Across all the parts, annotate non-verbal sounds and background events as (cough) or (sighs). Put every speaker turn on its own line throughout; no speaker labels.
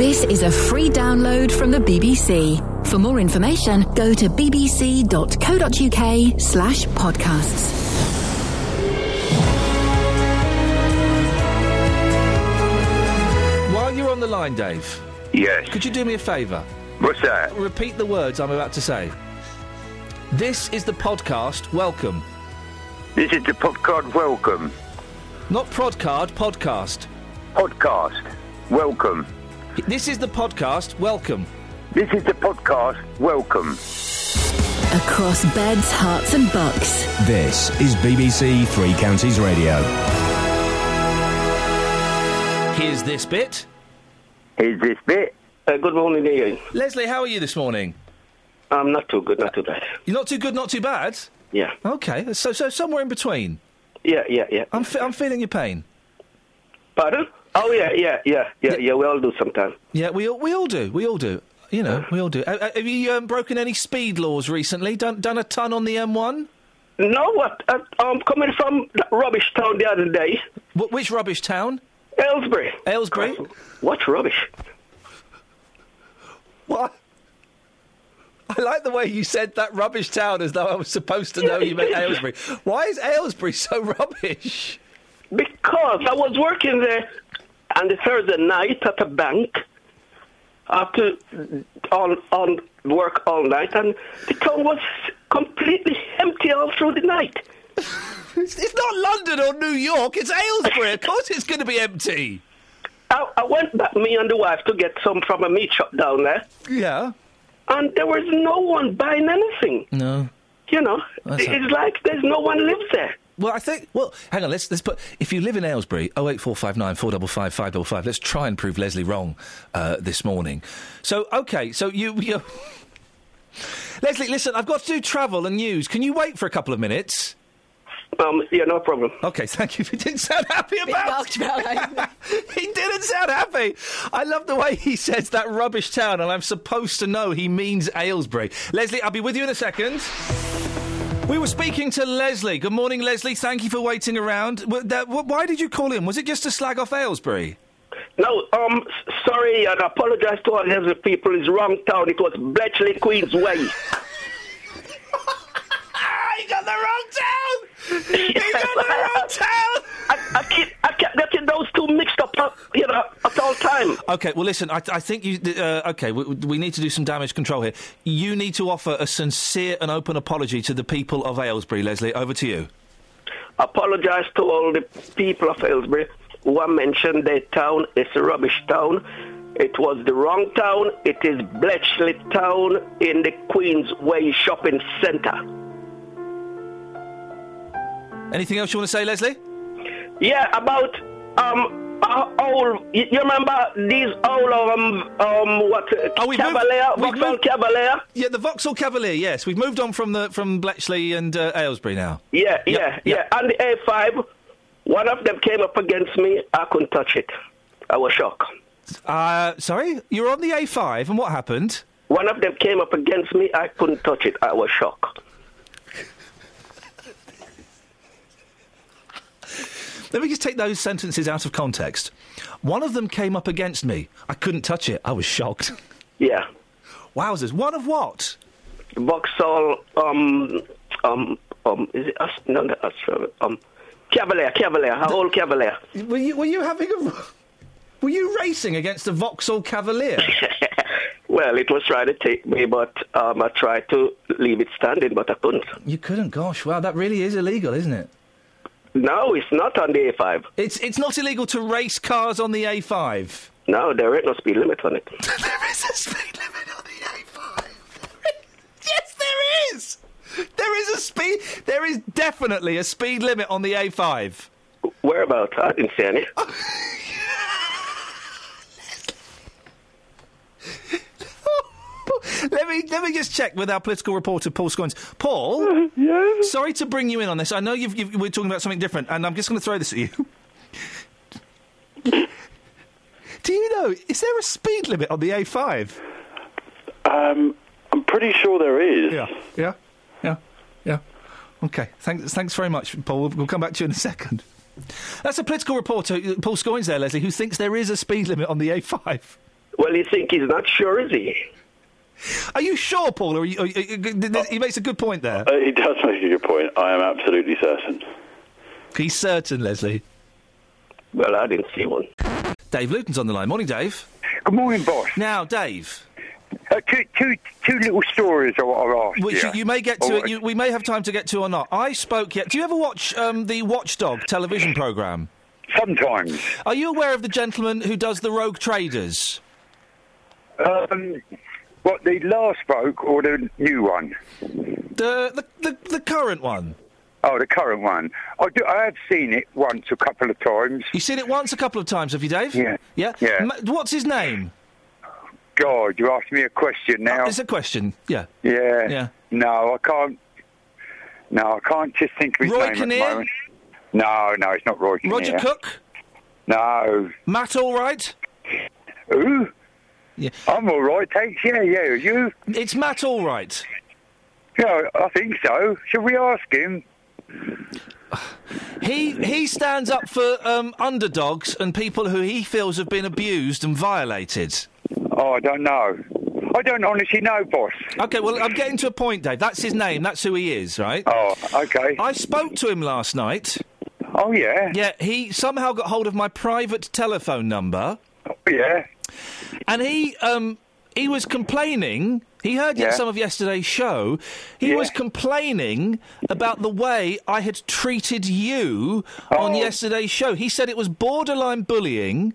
This is a free download from the BBC. For more information, go to bbc.co.uk slash podcasts.
While you're on the line, Dave,
Yes.
could you do me a favour?
What's that?
Repeat the words I'm about to say. This is the podcast. Welcome.
This is the podcast. Welcome.
Not Prodcard, podcast.
Podcast. Welcome.
This is the podcast. Welcome.
This is the podcast. Welcome.
Across beds, hearts and bucks.
This is BBC Three Counties Radio.
Here's this bit.
Here's this bit.
Uh, good morning, Ian.
Leslie, how are you this morning?
I'm not too good, not too bad.
You're not too good, not too bad.
Yeah,
Okay, so so somewhere in between.
yeah, yeah, yeah.
I'm fe- I'm feeling your pain.
Pardon? Oh, yeah, yeah, yeah, yeah, yeah. We all do sometimes.
Yeah, we all, we all do. We all do. You know, we all do. Uh, uh, have you um, broken any speed laws recently? Done done a ton on the M1?
Know what? uh, um, I, I'm coming from that rubbish town the other day,
Wh- which rubbish town?
Aylesbury.
Aylesbury.
What rubbish?
What? (laughs) I like the way you said that rubbish town as though I was supposed to know you meant Aylesbury. Why is Aylesbury so rubbish?
Because I was working there on the Thursday night at a bank after on on work all night, and the town was completely empty all through the night.
(laughs) It's, it's not London or New York, it's Aylesbury. Of course it's going to be empty.
I, I went back, me and the wife, to get some from a meat shop down there.
Yeah.
and there was no one buying anything.
No.
You know,
That's a-
it's like there's no one lives there.
Well, I think. Well, hang on. Let's let's put. If you live in Aylesbury, oh eight four five nine four double five five double five. Let's try and prove Leslie wrong uh, this morning. So okay. So you (laughs) you. Leslie, listen. I've got to do travel and news. Can you wait for a couple of minutes?
Um, yeah, no problem.
Okay, (laughs) thank you. He didn't sound happy about. (laughs) he didn't sound happy. I love the way he says that rubbish town, and I'm supposed to know he means Aylesbury. Leslie, I'll be with you in a second. We were speaking to Leslie. Good morning, Leslie. Thank you for waiting around. W- that- w- Why did you call in? Was it just to slag off Aylesbury?
No, um, s- sorry, and I apologize to all the people. It's wrong town. It was Bletchley, Queen's Way.
Ah, you got the wrong town. You got the wrong town.
(laughs) I, I keep, I kept getting those two mixed up, uh, you know, at all time.
Okay, well, listen, I, I think you. Uh, okay, we, we need to do some damage control here. You need to offer a sincere and open apology to the people of Aylesbury, Leslie. Over to you.
Apologize to all the people of Aylesbury who I mentioned their town is a rubbish town. It was the wrong town. It is Bletchley town in the Queen's Way shopping centre.
Anything else you want to say, Leslie?
Yeah, about um uh, old. You you remember these old um um what? Uh,
Oh, we've
Cavalier,
moved- we've
Vauxhall
moved-
Cavalier.
Yeah, the Vauxhall Cavalier. Yes, we've moved on from the from Bletchley and uh, Aylesbury now.
Yeah,
Yep,
yeah,
yep.
yeah. And the A5, one of them came up against me. I couldn't touch it. I was shocked.
Uh, sorry, you're on the A5, and what happened?
One of them came up against me. I couldn't touch it. I was shocked.
Let me just take those sentences out of context. One of them came up against me. I couldn't touch it. I was shocked.
Yeah,
Wowzers! One of what?
Vauxhall. Um, um, um. Is it us? No, not us. Um, Cavalier, Cavalier, an old Cavalier.
(laughs) Were you were you having a were you racing against the Vauxhall Cavalier? (laughs)
Well, it was trying to take me, but um, I tried to leave it standing, but I couldn't.
you couldn't. Gosh, wow, that really is illegal, isn't it?
No, it's not on the A5.
It's it's not illegal to race cars on the A5.
No, there ain't no speed limit on it.
there is a speed limit on the A5. yes, there is. There is a speed. There is definitely a speed limit on the A5.
Whereabouts? I didn't see any.
let me let me just check with our political reporter Paul Scoins. Paul, (laughs) sorry to bring you in on this. I know you've, you've, we're talking about something different, and I'm just going to throw this at you. (laughs) Do you know? Is there a speed limit on the A5?
Um, I'm pretty sure there is.
Yeah, yeah, yeah, yeah. Okay, thanks, thanks very much, Paul. We'll, we'll come back to you in a second. That's a political reporter, uh, Paul Scoins there, Leslie, who thinks there is a speed limit on the A5.
Well, you think he's not sure, is he?
Are you sure, Paul? Or are you, are you- uh, he makes a good point there.
(laughs) Uh, he does make a good point. I am absolutely certain.
He's certain, Leslie.
Well, I didn't see one.
Dave Luton's on the line. Morning, Dave.
Good morning, boss.
Now, Dave,
Uh, two, two, two little stories I want to ask.
which
you.
you, you may get
Oh,
to, you, we may have time to get to or not. I spoke yet. Do you ever watch um, the Watchdog television programme?
Sometimes.
Are you aware of the gentleman who does the rogue traders?
Um, what, the last spoke or the new one?
The, the, the, the current one?
Oh, the current one. I, do, I have seen it once a couple of times.
You've seen it once a couple of times, have you, Dave?
Yeah.
Yeah?
Yeah.
Ma- what's his name?
God, you asked me a question now.
It's a question. Yeah.
Yeah.
Yeah.
No, I can't. No, I can't just think of his
Roy
name at
Kinnear?
the moment. No, no, it's not Roy Kinnear.
Roger Cook?
No.
Matt Allright?
Ooh.
Yeah.
I'm all right, thanks. Yeah, yeah. You?
It's Matt Allright.
Yeah, I think so. Should we ask him?
He he stands up for um, underdogs and people who he feels have been abused and violated.
Oh, I don't know. I don't honestly know, boss.
Okay, well I'm getting to a point, Dave. That's his name. That's who he is, right?
Oh, okay.
I spoke to him last night.
oh, yeah.
Yeah, he somehow got hold of my private telephone number,
Oh, Yeah.
and he um he was complaining. He heard yet
Yeah.
some of yesterday's show. He
Yeah.
was complaining about the way I had treated you on
Oh.
yesterday's show. He said it was borderline bullying,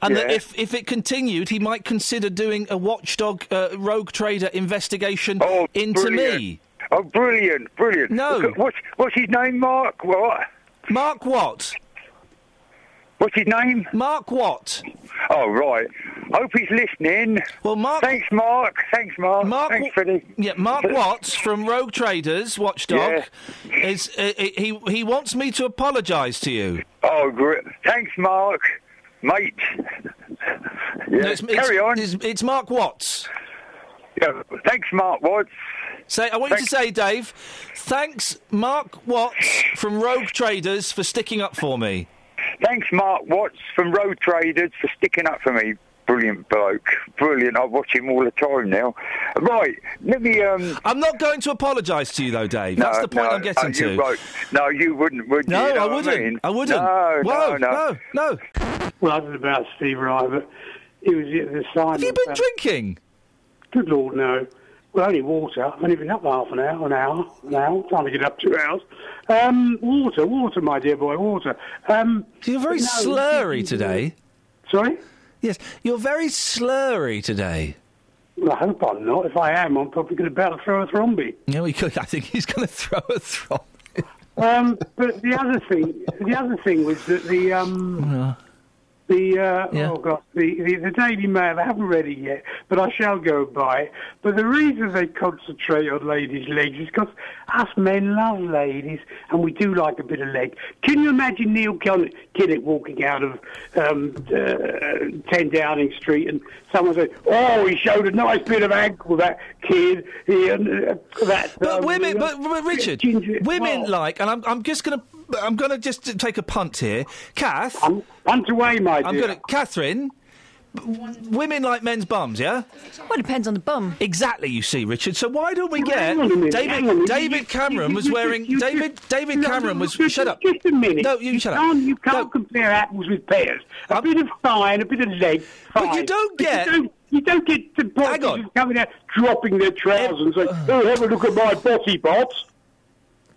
and that
Yeah.
if if it continued, he might consider doing a watchdog uh, rogue trader investigation
Oh,
into
brilliant.
me.
Oh, brilliant, brilliant.
No.
Look, What's, what's his name, Mark? What?
Mark what?
What's his name?
Mark what?
Oh, right. Hope he's listening.
Well, Mark.
Thanks, Mark. Thanks, Mark.
Mark,
Thanks, Freddie.
yeah,
(laughs)
Mark Watts from Rogue Traders Watchdog is uh, he he wants me to apologise to you.
Oh, great. Thanks, Mark. Mate. Yeah.
No, it's, it's-
Carry on.
It's, it's Mark Watts.
Yeah. Thanks, Mark Watts.
Say, I want you to say, Dave, thanks, Mark Watts from Rogue Traders for sticking up for me.
Thanks, Mark Watts from Road Traders for sticking up for me. Brilliant bloke. Brilliant. I watch him all the time now. Right. Let me. Um,
I'm not going to apologise to you though, Dave. That's
no,
the point
no,
I'm getting
oh,
to.
you won't. No, you wouldn't, would
No,
you? You know
I
what
wouldn't.
mean?
I wouldn't.
No, no,
Whoa,
no.
no, no.
Well, I don't know about Steve Rye, but he was at the sign.
Have you been drinking?
Good Lord, no. Well, only water. I've only been up half an hour, an hour, an hour. Time to get up two hours. Um, water, water, my dear boy, water. Um,
You're very
no,
slurry today.
Sorry?
Yes, you're very slurry today.
Well, I hope I'm not. If I am, I'm probably going to about to throw a thrombi.
Yeah, we could. I think he's going to (laughs) throw a throw.
Um, but the other thing, the other thing was that the um, the uh,
Yeah.
oh god, the, the the Daily Mail. I haven't read it yet, but I shall go by it. But the reason they concentrate on ladies' legs is because us men love ladies, and we do like a bit of leg. Can you imagine Neil Kin- Kinnock walking out of um, uh, Ten Downing Street and someone said, "Oh, he showed a nice bit of ankle that kid." He, and, uh, that,
But
um,
women,
you know, (laughs)
but, but Richard,
ginger-
women
well,
like, and I'm, I'm just going to, I'm going to just take a punt here. Kath,
I'm, punt away, my
I'm
dear.
going to, Catherine, b- women like men's bums, yeah?
Well, it depends on the bum.
Exactly, you see, Richard. So why don't we get
Hang on a minute, hang on a
David?
minute.
David Cameron was
You- you-
wearing
you- you-
David. David
No,
Cameron
no,
was.
just-
Shut up.
Just a minute.
No, you shut
can't,
up.
You can't
No.
compare apples with pears. A
I'm-
bit of thigh and a bit of leg.
But you
fine.
don't
But
get-
You don't, you don't get the
Hang on.
bosses coming out dropping their trousers and saying, "Oh, have a look at my body, bobs."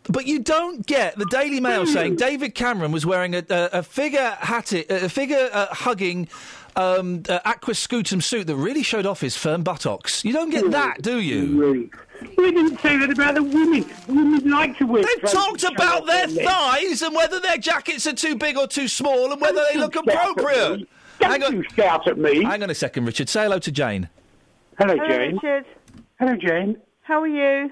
But you don't get the Daily Mail
Hmm.
saying David Cameron was wearing a, a, a figure hatti- a figure uh, hugging um, uh, aquascutum suit that really showed off his firm buttocks. You don't get that, do you?
Hmm. We didn't say that about the women. Women like to wear.
They've
trousers
talked
that show
about
off
their
legs.
thighs and whether their jackets are too big or too small and whether they
Don't
look
you shout at
appropriate.
me. Don't
Hang on,
you shout at me.
hang on a second, Richard. Say hello to Jane.
Hello,
Hello,
Jane.
Richard.
Hello, Jane.
How are you?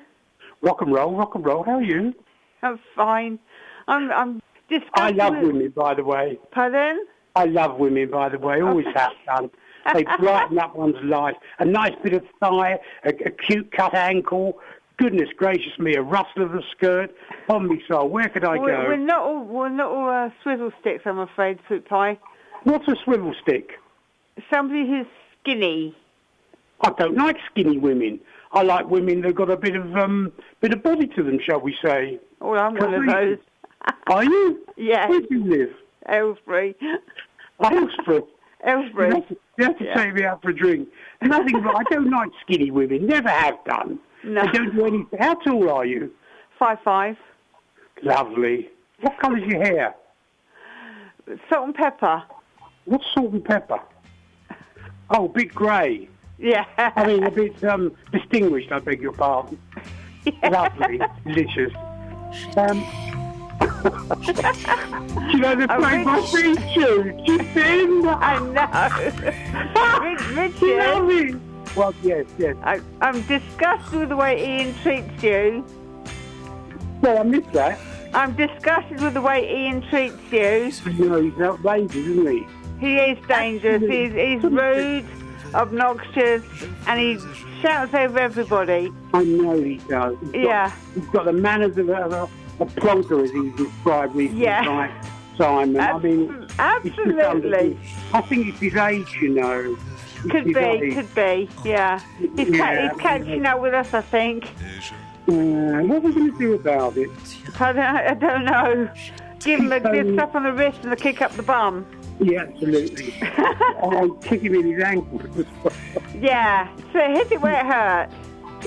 Rock and roll, rock and roll. How are you?
I'm fine. I'm. I'm just.
I love women, by the way.
Pardon?
I love women, by the way. Always have done.
(laughs)
They brighten up one's life. A nice bit of thigh, a, a cute cut ankle. Goodness gracious me, a rustle of the skirt. On me soul, where could I
We're, we're
go?
not all. We're not all uh, swivel sticks. I'm afraid, sweet pie.
What's a swivel stick?
Somebody who's skinny.
I don't like skinny women. I like women that've got a bit of um, bit of body to them, shall we say?
Oh, I'm one of those.
Are you?
Yeah.
Where do you live?
Aylesbury.
Aylesbury. You
Aylesbury.
have to, you have to
Yeah.
take me out for a drink. Nothing. but I don't like skinny women. Never have done.
No.
I don't do anything. How tall are you?
Five five.
Lovely. What colour's your hair?
Salt and pepper.
What's salt and pepper? Oh, a bit grey.
Yeah.
I mean, a bit um, distinguished, I beg your pardon. Lovely, delicious. Um, (laughs) do you know the playing my theme tune? Jacinda!
I know. Rich- Richard,
Lovely! Well, yes, yes.
I, I'm disgusted with the way Ian treats you.
Well, I missed that.
I'm disgusted with the way Ian treats you.
You know, he's outrageous, isn't he?
He is dangerous. He's, he's rude, obnoxious, and he shouts over everybody.
I know he does. He's got-
Yeah.
he's got the manners of a, of a, a plonker, as he described recently
Yeah.
by Simon. I mean,
Ab-
it's just under-
absolutely.
I think it's his age, you know. It's
Could
his
be,
age.
could be, yeah. He's,
Yeah.
ca- he's catching up with us, I think.
Uh, what are we going to do about it?
I don't, I don't know. Give him a good slap on the wrist and a kick up the bum.
Yeah,
(laughs)
absolutely. I'll kick him in his ankle.
Yeah, so hit it where it hurts.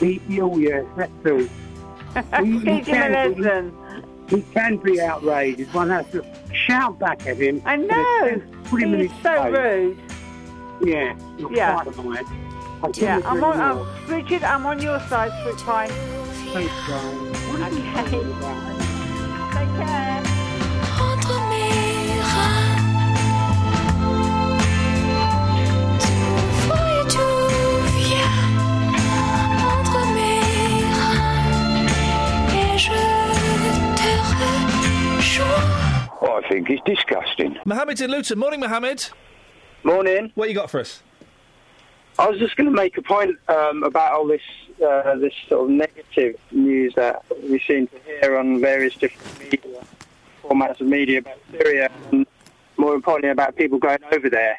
he, oh, yeah, that's
(laughs)
true. He, he
Teach him a
can be,
lesson.
he can be outrageous. One has to shout back at him.
I
and
know.
it's- Put him in
He's
his
so
place.
rude.
Yeah, you're
Yeah.
quite a man. I couldn't
Yeah,
agree
I'm on,
more.
I'm, Richard, I'm on your side, Sweet Pine.
Thanks, darling.
Okay. Take care.
Entre mes rats, tu vois et tu viens. Entre mes rats, et je te rejoins.
Oh, I think it's disgusting.
Mohammed's in Luton. Morning, Mohammed.
Morning.
What you got for us?
I was just going to make a point um, about all this uh, this sort of negative news that we seem to hear on various different media formats of media about Syria, and more importantly about people going over there.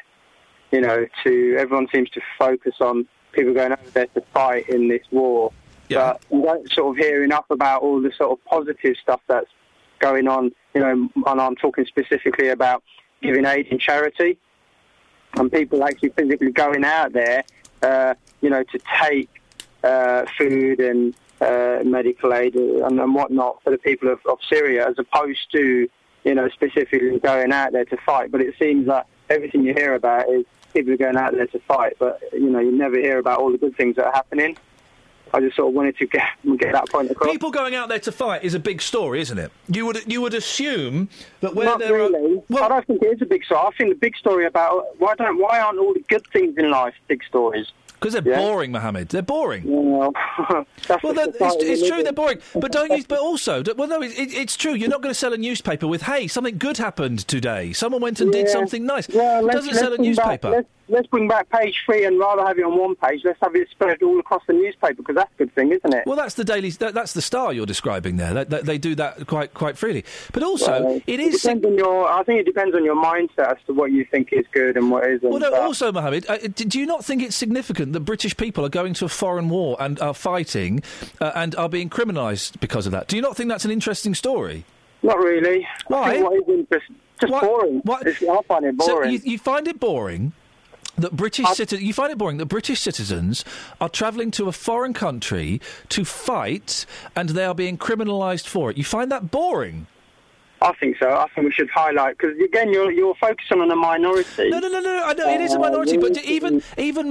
You know, to everyone seems to focus on people going over there to fight in this war,
Yeah.
Uh,
but we don't sort of hear enough about all the sort of positive stuff that's going on. You know, and I'm talking specifically about giving aid in charity and people actually physically going out there, uh, you know, to take uh, food and uh, medical aid and, and whatnot for the people of, of Syria, as opposed to, you know, specifically going out there to fight. But it seems that everything you hear about is people are going out there to fight, but you know, you never hear about all the good things that are happening. I just sort of wanted to get get that point across.
People going out there to fight is a big story, isn't it? You would you would assume that where
Not
there
really.
are well,
I don't think it is a big story. I think the big story about why don't why aren't all the good things in life big stories?
because they're
Yeah.
boring, Mohammed. They're boring.
Well, (laughs) that's
Well,
the
that, it's,
society we
it's true
live
they're
in.
boring, but don't you? But also, d- well, no, it, it, it's true. You're not going to sell a newspaper with "Hey, something good happened today. Someone went and did
Yeah.
something nice."
Yeah, let's,
Doesn't
let's
sell a
bring back-
newspaper.
let's, let's bring back page three and rather have it on one page. Let's have it spread all across the newspaper because that's a good thing, isn't it?
Well, that's the daily. That, that's the star you're describing there. That, that, they do that quite quite freely. But also,
Uh,
it is.
depends on your. I think it depends on your mindset as to what you think is good and what isn't.
Well, no,
but-
also, Mohammed, uh, d- do you not think it's significant that British people are going to a foreign war and are fighting uh, and are being criminised because of that? Do you not think that's an interesting story?
not really.
Why?
I think what is interesting, just
Why-
boring.
why-
It's, I find it
So
boring.
you, you find it boring that British citi- you find it boring that British citizens are travelling to a foreign country to fight and they are being criminalised for it. You find that boring?
I think so. I think we should highlight because again, you're you're focusing on a minority.
No, no, no, no. I know it is a
Uh, we
minority, but
need to-
even even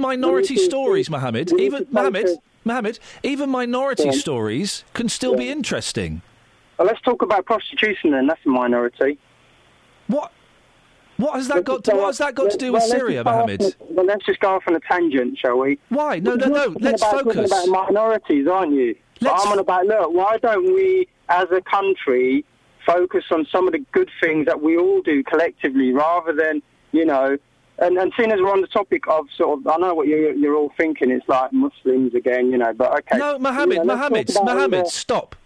we
minority
need to-
stories, Mohammed,
we need
even
to
Mohammed,
focus-
Mohammed, even minority
Yeah.
stories can still be interesting.
Well, let's talk about prostitution then. That's a minority.
What? What has that
Let's
got?
just
To,
go
what
off-
has that got to
let-
do
well,
with
let's just
Syria,
go off
Mohammed?
on a- Well, let's just go off on a tangent, shall we?
Why? No, no,
You're
no.
talking
Let's
about, talking
focus.
about minorities, aren't you? But
Let's-
I'm on about look. Why don't we, as a country, focus on some of the good things that we all do collectively, rather than you know. And, and seeing as we're on the topic of sort of, I know what you're, you're all thinking. It's like Muslims again, you know. But okay.
No,
You
Mohammed,
know, let's
Mohammed,
talk about uh, all
Mohammed,
the-
stop.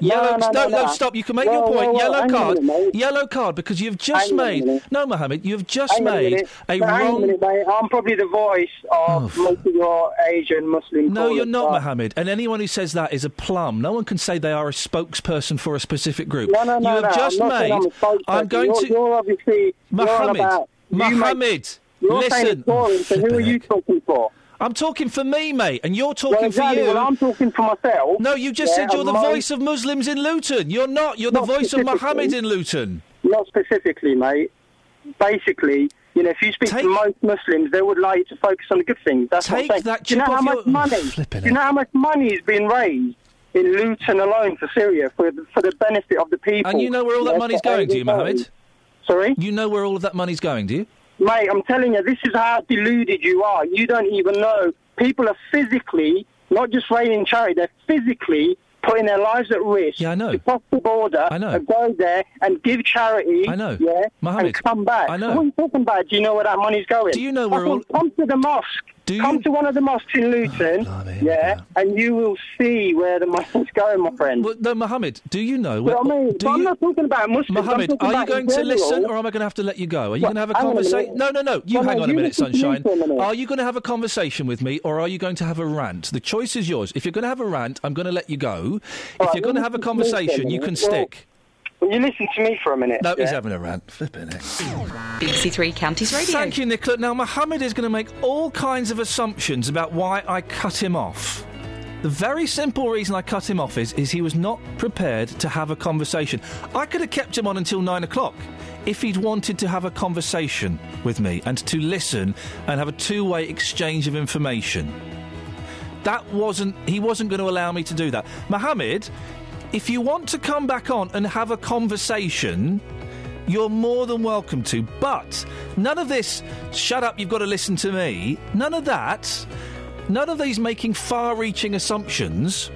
Yellow.
no, no,
no,
no.
stop. You can make
Whoa,
your point.
whoa, whoa,
Yellow
hang on a
card.
minute,
yellow card because you've just
Hang on a
made.
minute.
no, Mohammed, you've just
Hang on
made
minute.
a
No, hang
wrong.
minute, mate. I'm probably the voice of most of your Asian Muslim.
No,
callers,
you're not,
but-
Mohammed. And anyone who says that is a plum. No one can say they are a spokesperson for a specific group.
No, no, no,
you have
no.
just
I'm not
made.
saying I'm a spokesperson.
I'm going
you're,
to.
You're obviously
Mohammed,
You're on about, you
Mohammed,
make, you're
listen.
Saying it's boring, so who are
(laughs)
you talking for?
I'm talking for me, mate, and you're talking
well, exactly,
for you.
Well, I'm talking for myself.
No, you just
yeah,
said you're
and
the
my-
voice of Muslims in Luton. You're not. You're the
Not
voice of
specifically.
Mohammed in Luton.
Not specifically, mate. Basically, you know, if you speak to most Muslims, they would like you to focus on the good things. That's
Take
what I'm saying.
that
Do you know
chip
how
off
much
your-
money?
Flipping
Do you know how much money is being raised in Luton alone for Syria for the, for the benefit of the people?
And you know where all that
Yes,
money's
for
going, do you,
everybody.
Mohammed?
Sorry?
You know where all of that money's going, do you?
Mate, I'm telling you, this is how deluded you are. You don't even know. People are physically, not just raiding charity, they're physically putting their lives at risk. Yeah, I know. To cross the border, I know. And go there and give charity. I know. Yeah,
Mohammed,
and come back.
I know.
What are you talking about? Do you know where that money's going? Do you know
where all- Oh,
Come to the mosque. come to one of the mosques in Luton. yeah, and you will see where the money's going, my friend.
Well, no, Mohammed, do you know?
What I mean,
do
but I'm
you-
not talking about Muslims. I'm
Mohammed,
talking
are you
about in
going to listen
general.
or am I going to have to let you go? Are you
Well,
going to have a
hang on a
conversation? No,
minute.
no, no. You
Well,
hang
no,
on a
you
minute,
listen to me
sunshine.
for a minute.
Are you going to have a conversation with me or are you going to have a rant? The choice is yours. If you're going to have a rant, I'm going to let you go. if
right,
you're going to
you
have
listen to me for
a
a
conversation, you
minute.
can
Well,
stick.
Will you listen to me for a minute?
No, he's
yeah?
having a rant. Flipping it.
BBC Three Counties Radio.
Thank you, Nicola. Now, Mohammed is going to make all kinds of assumptions about why I cut him off. The very simple reason I cut him off is, is he was not prepared to have a conversation. I could have kept him on until nine o'clock if he'd wanted to have a conversation with me and to listen and have a two way exchange of information. That wasn't. He wasn't going to allow me to do that. Mohammed, if you want to come back on and have a conversation, you're more than welcome to. But none of this. Shut up. You've got to listen to me. None of that. None of these making far-reaching assumptions.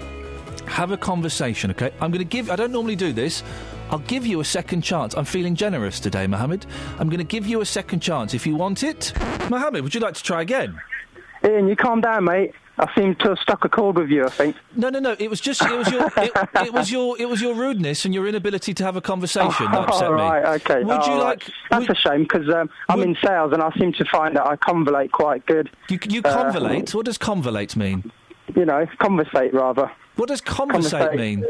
Have a conversation, okay? I'm going to give. I don't normally do this. I'll give you a second chance. I'm feeling generous today, Mohammed. I'm going to give you a second chance if you want it. Mohammed, would you like to try again?
Ian, you calm down, mate. I seem to have stuck a chord with you, I think.
No, no, no. It was just it was your it, it was your it was your rudeness and your inability to have a conversation that upset
All right,
me.
okay.
Would you
all right.
like?
That's a shame because um, I'm in sales and I seem to find that I convolate quite good.
You, you Convolate. what does convolate mean?
uh, You know, conversate rather.
What does conversate mean?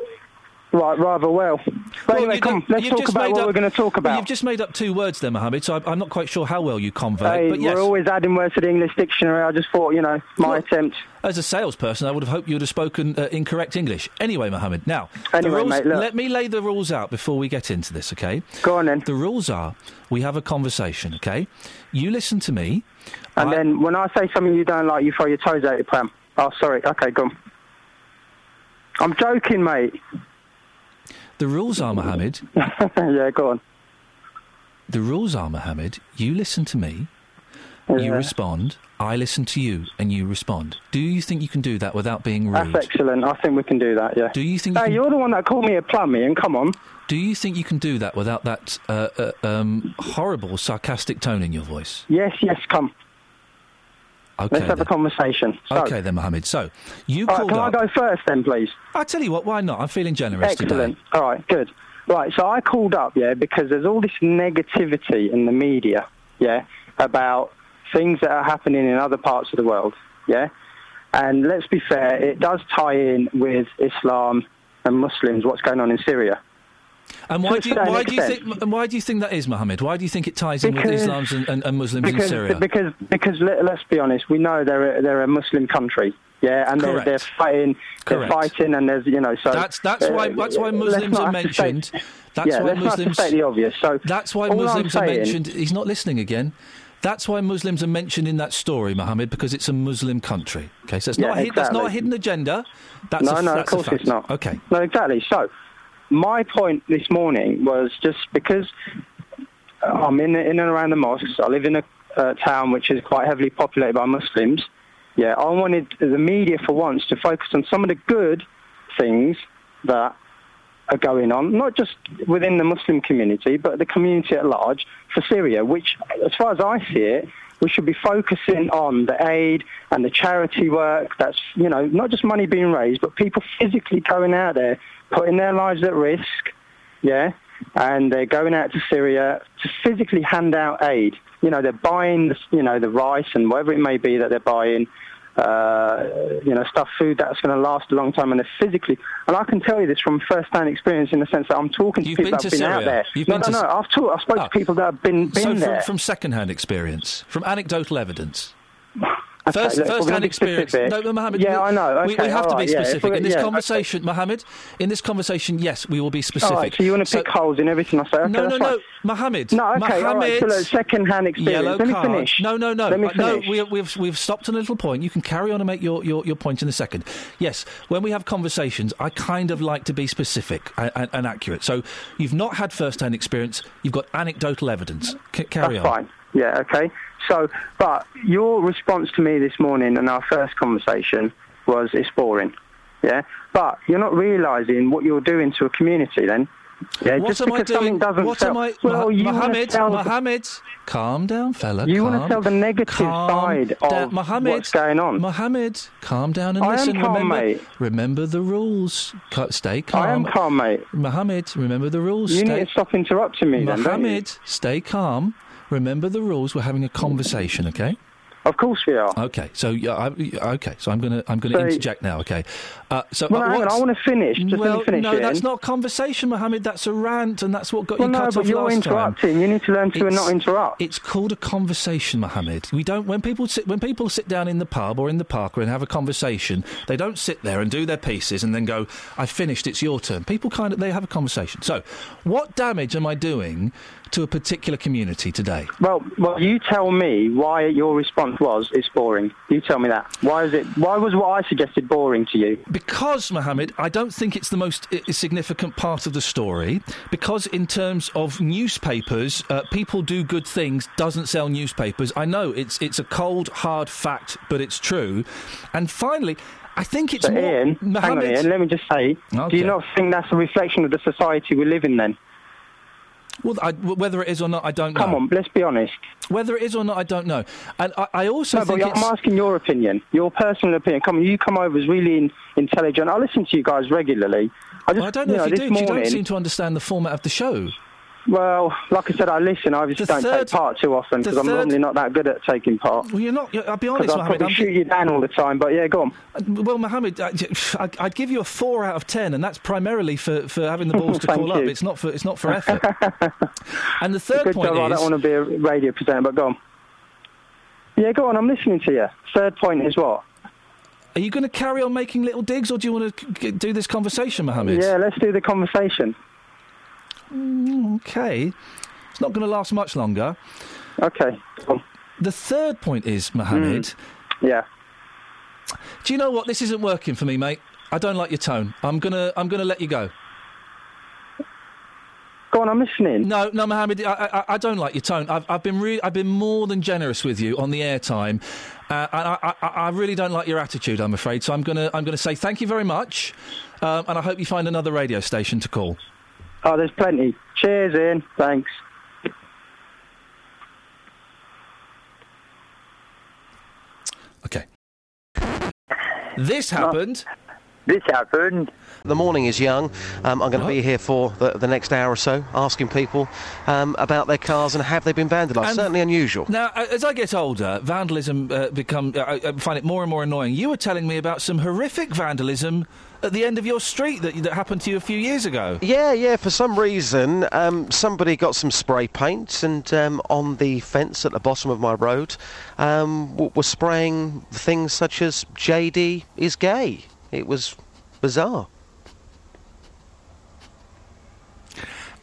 Right, rather well. But anyway,
you
come,
don't-
let's
you've
talk
just
about
made
what
up-
we're going to talk
Well,
about.
You've just made up two words there, Mohammed. So I, I'm not quite sure how well you convolate.
Hey,
but yes,
We're always adding words to the English dictionary. I just thought, you know, my attempt.
as a salesperson, I would have hoped you'd have spoken uh, incorrect English. Anyway, Mohammed. Now, the
Anyway,
rules-
mate, look.
let me lay the rules out before we get into this. Okay. Go on then. The rules are: we have a conversation. Okay. You listen to me.
And then when I say something you don't like, you throw your toes out your pram. Oh, sorry. Okay, go on. I'm joking, mate. (laughs)
The rules are, Mohammed.
yeah, go on.
The rules are, Mohammed, you listen to me, you respond, I listen to you, and you respond. Do you think you can do that without being rude?
That's excellent. I think we can do that, yeah.
Do you think
Hey, you're the one that called me a plum, Ian. Come on.
Do you think you can do that without that uh, uh, um, horrible, sarcastic tone in your voice?
Yes, yes, come.
Okay.
Let's have a
then.
conversation. So,
okay, then, Mohammed. So,
All
you
right,
called
can
up.
I go first then, please?
I tell you what, why not? I'm feeling generous
Excellent.
today.
All right, good. Right, so I called up, yeah, because there's all this negativity in the media, yeah, about things that are happening in other parts of the world, yeah. And let's be fair, it does tie in with Islam and Muslims, what's going on in Syria.
And
To
why
a
do you,
certain
why do you
extent.
think and why do you think that is, Mohammed? Why do you think it ties in with
Because-
Islam's and, and, and Muslims
because,
in Syria?
Because, because let, let's be honest, we know they're a, they're a Muslim country, yeah, and they're,
Correct.
they're fighting,
Correct.
they're fighting, and there's you know, so
That's that's
uh,
why that's why
let's
Muslims
not
are
have to state-
mentioned. That's
yeah,
why
let's not have to
Muslims
state the obvious. So
that's why
all I'm
Muslims are
saying-
mentioned. He's not listening again. That's why Muslims are mentioned in that story, Mohammed, because it's a Muslim country. Okay, so it's
Yeah,
not a hid- that's not a
exactly.
hidden agenda. That's
no,
a,
no, of
that's a
course
fact.
it's not.
Okay,
No, exactly. So, my point this morning was just because I'm in, in and around the mosques, I live in a uh, town which is quite heavily populated by Muslims. Yeah, I wanted the media for once to focus on some of the good things that are going on, not just within the Muslim community, but the community at large for Syria, which, as far as I see it, we should be focusing on the aid and the charity work that's, you know, not just money being raised, but people physically going out there putting their lives at risk, yeah, and they're going out to Syria to physically hand out aid. You know, they're buying, you know, the rice and whatever it may be that they're buying, uh, you know, stuff, food that's going to last a long time, and they're physically. And I can tell you this from first-hand experience, in the sense that I'm talking to
You've
people that
been to
have been out
Syria?
there.
You've
no,
been
no,
to
no.
S-
I've talked. I've spoken to people that have been been
so from,
there.
from second-hand experience, from anecdotal evidence.
(sighs) Okay,
First,
look, we're gonna
first-hand
be
experience.
specific.
No, no, Mohammed.
Yeah,
we,
I know.
we- we,
Okay,
have to
all
be
right, yeah, if
specific
we're-
in this
yeah, okay.
conversation, Mohammed. In this conversation, yes, we will be specific.
All right, so you want to pick holes in everything I say? Okay,
no, no,
that's
no,
fine.
Mohammed.
No, okay, all right.
Mohammed.
So look, second-hand experience.
Yellow
Let me
card.
finish.
No, no, no.
Let me
Uh, no,
finish.
we, we've we've stopped on a little point. You can carry on and make your, your, your point in a second. Yes, when we have conversations, I kind of like to be specific and, and, and accurate. So you've not had first-hand experience. You've got anecdotal evidence. C- carry
That's
on.
fine. Yeah, okay. So, but your response to me this morning in our first conversation was it's boring. Yeah? But you're not realising what you're doing to a community then. Yeah,
What
just
am I
because something
doing?
doesn't
What
sell.
am I?
well,
Moha-
you wanna
Mohammed,
sell the-
Mohammed, calm down, fella.
You
calm,
wanna sell the negative
calm
side of
down. Mohammed,
what's going on.
Mohammed, calm down and
I am
listen.
calm,
remember,
mate.
remember the rules. Ca- Stay calm.
I am calm, mate.
Mohammed, remember the rules.
You
stay...
need to stop interrupting me then, don't you?
Mohammed, stay calm. Remember the rules. We're having a conversation, okay?
Of course we are.
Okay, so yeah, I, okay, so I'm gonna I'm gonna
So-
interject now, okay? Uh, so
Well,
uh,
hang on,
what's-
I wanna finish. Just let me
well,
finish
no,
it,
that's
Ian.
not a conversation, Mohammed. That's a rant, and that's what got
Well,
you
no,
cut
but
off
you're
last
interrupting.
time.
You need to learn to
It's-
not interrupt.
It's called a conversation, Mohammed. We don't when people sit when people sit down in the pub or in the park or and have a conversation. They don't sit there and do their pieces and then go, "I finished. It's your turn." People kind of they have a conversation. So, what damage am I doing to a particular community today?
Well, well, you tell me why your response was it's boring. You tell me that. Why is it? Why was what I suggested boring to you?
Because, Mohammed, I don't think it's the most i- significant part of the story. Because, in terms of newspapers, uh, people do good things doesn't sell newspapers. I know it's it's a cold, hard fact, but it's true. And finally, I think it's
So,
more.
Ian, hang on,
Mohammed,
Ian. Let me just say, do
Okay.
you not think that's a reflection of the society we live in? Then,
Well, I, w- whether it is or not, I don't
come
know.
on, let's be honest.
Whether it is or not, I don't know. And I, I also
no, but
think
I'm
it's.
asking your opinion, your personal opinion. Come on, you come over as really in, intelligent. I listen to you guys regularly. I just,
I don't know, if you
this
do. 'cause
morning.
You don't seem to understand the format of the show.
Well, like I said, I listen. I just
The
don't
third-
take part too often
the
because I'm
third-
normally not that good at taking part.
Well, you're not. I'll be
Because
honest,
I
Mohammed.
probably
I'm,
shoot you down all the time. But yeah, go on.
Well, Mohammed, I- I- I'd give you a four out of ten, and that's primarily for, for having the balls
(laughs)
to
Thank
call up.
you.
It's not for it's not
(laughs)
for effort. and the third
Good
point
job. I
is
don't want to be a radio presenter, but go on. Yeah, go on. I'm listening to you. Third point is what?
Are you going to carry on making little digs, or do you want to c- c- do this conversation, Mohammed?
Yeah, let's do the conversation.
Mm, Okay. It's not going to last much longer.
Okay.
The third point is, Mohammed.
Hmm, Yeah.
Do you know what? This isn't working for me, mate. I don't like your tone. I'm gonna I'm gonna let you go.
Go on, I'm listening.
No, no, Mohammed, I, I, I don't like your tone. I've, I've been re- I've been more than generous with you on the airtime, uh, and I, I, I really don't like your attitude. I'm afraid, so I'm gonna I'm gonna say thank you very much, um, and I hope you find another radio station to call.
Oh, there's plenty. Cheers, Ian. Thanks.
Okay. This happened.
This happened. The morning is young. Um, I'm going to be here for the, the next hour or so, asking people um, about their cars and have they been vandalised.
And-
Certainly unusual.
Now, a- as I get older, vandalism uh, become uh, I, I find it more and more annoying. You were telling me about some horrific vandalism at the end of your street that, that happened to you a few years ago.
Yeah, yeah. For some reason, um, somebody got some spray paint, and um, on the fence at the bottom of my road, um, w- was spraying things such as "JD is gay." It was bizarre.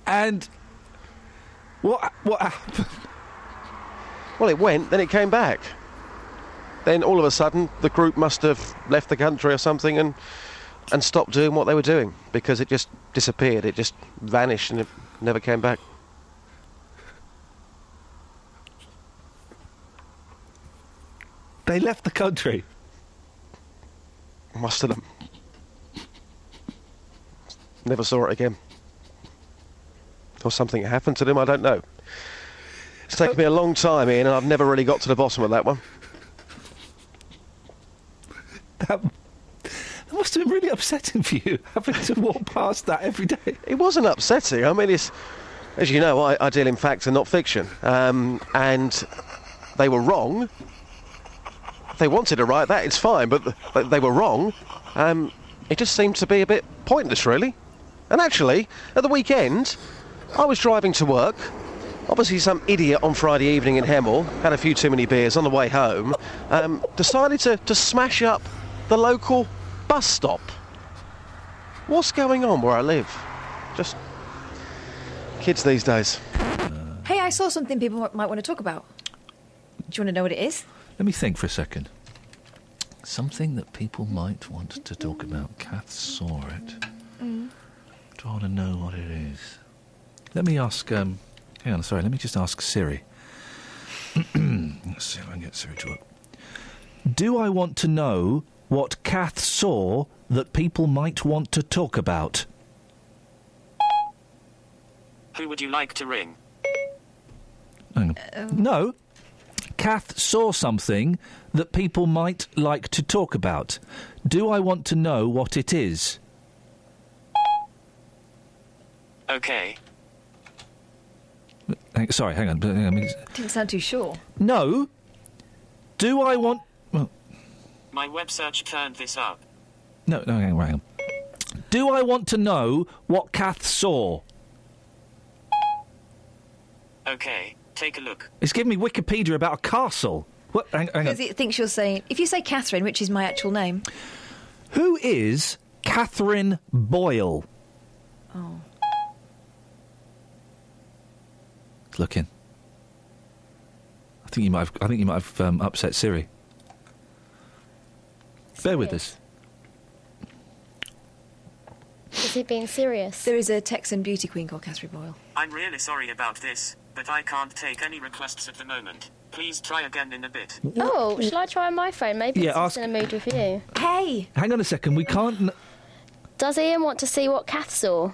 And what what happened?
Well, it went, then it came back. Then all of a sudden, the group must have left the country or something and and stopped doing what they were doing because it just disappeared. It just vanished and it never came back.
They left the country.
Must have. Never saw it again. Or something happened to them. I don't know. It's taken me a long time, Ian, and I've never really got to the bottom of that one.
That, must have been really upsetting for you (laughs) having to walk past that every day.
It wasn't upsetting. I mean, it's as you know, I, I deal in fact and not fiction, um, and they were wrong. They wanted to write that; it's fine, but th- th- they were wrong. Um, it just seemed to be a bit pointless, really. And actually, at the weekend, I was driving to work. Obviously, some idiot on Friday evening in Hemel had a few too many beers on the way home. Um, decided to, to smash up the local bus stop. What's going on where I live? Just kids these days.
Hey, I saw something people wa- might want to talk about. Do you want to know what it is?
Let me think for a second. Something that people might want to talk about. Kath saw it.
Mm.
Do I want to know what it is? Let me ask. Um, hang on, sorry. Let me just ask Siri. Let's see if I can get Siri to work. Do I want to know what Kath saw that people might want to talk about?
Who would you like to ring?
Hang on. no. Kath saw something that people might like to talk about. Do I want to know what it is?
Okay.
Hang- sorry, hang on. hang on, let me-
Didn't sound too sure.
No. Do I want. Well,
My web search turned this up.
no, no, hang on, hang on. Do I want to know what Kath saw?
Okay, take a look.
It's giving me Wikipedia about a castle. What? Hang, hang on.
Because it thinks you're saying, if you say Catherine, which is my actual name,
Who is Catherine Boyle?
oh,
It's looking. I think you might have. I think you might have um, upset Siri. Bear with us.
is he being serious? There is a Texan beauty queen called Catherine Boyle.
I'm really sorry about this, but I can't take any requests at the moment. Please try again in a bit.
Oh, shall I try on my phone? Maybe
Yeah,
it's
ask-
in a mood with you.
Hey!
Hang on a second. We can't. kn-
Does Ian want to see what Kath saw?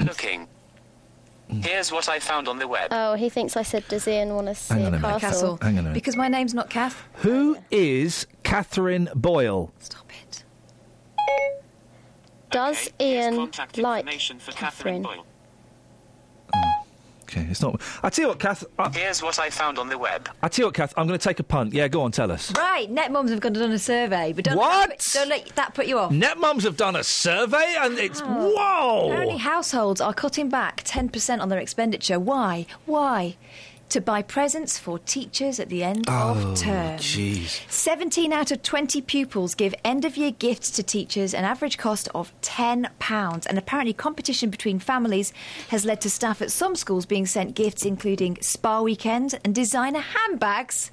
Looking. Here's what I found on the web.
Oh, he thinks I said, does Ian want to see
Hang on a
a
minute.
castle?
Castle. Hang on a minute.
Because my name's not Kath.
Who is Catherine Boyle?
Does Ian like
Information for
Catherine?
Boyle.
Okay, it's not. I tell you what, Kath. I,
Here's what I found on the web.
I tell you what, Kath. I'm going to take a punt. Yeah, go on, tell us.
Right, net mums have gone and done a survey, but don't Let,
What?
don't let that put you off.
Netmums have done a survey, and it's
Oh.
whoa.
Apparently, households are cutting back 10% on their expenditure. Why? Why? To buy presents for teachers at the end
Oh,
of term.
jeez.
17 out of 20 pupils give end of year gifts to teachers, an average cost of £10. And apparently, competition between families has led to staff at some schools being sent gifts including spa weekends and designer handbags.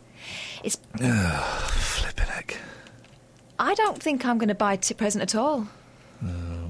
It's. I don't think I'm going to buy a present at all.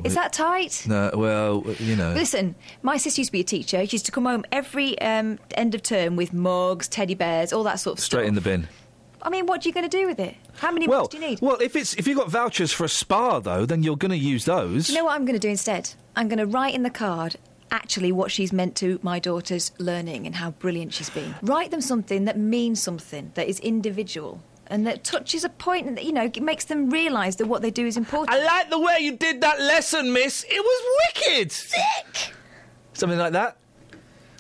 Is that tight?
Uh, No, well, you know.
Listen, my sister used to be a teacher. She used to come home every um, end of term with mugs, teddy bears, all that sort of
Straight in the bin.
stuff. I mean, what are you going to do with it? How many
well,
mugs do you need?
well, if it's if you've got vouchers for a spa though, then you're going to use those.
Do you know what I'm going to do instead? I'm going to write in the card actually what she's meant to my daughter's learning and how brilliant she's been. Write them something that means something, that is individual, and that touches a point and that, you know, g- makes them realise that what they do is important.
I like the way you did that lesson, miss. It was wicked. Sick. Something like that.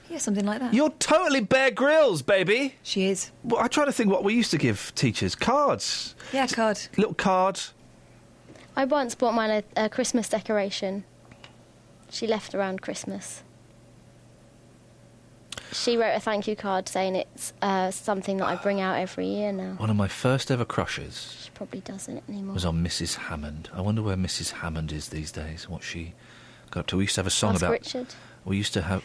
Yeah, something like that.
You're totally Bear grills, baby.
Uh. She is.
Well, I try to think what we used to give teachers cards.
Yeah, card.
Little card.
I once bought mine a, a Christmas decoration. She left around Christmas. She wrote a thank you card saying it's uh, something that I bring out every year now.
One of my first ever crushes
She probably doesn't anymore.
was on Mrs. Hammond. I wonder where Mrs. Hammond is these days. What she got up to? We used to have a song
Ask
about.
Richard.
We used to have.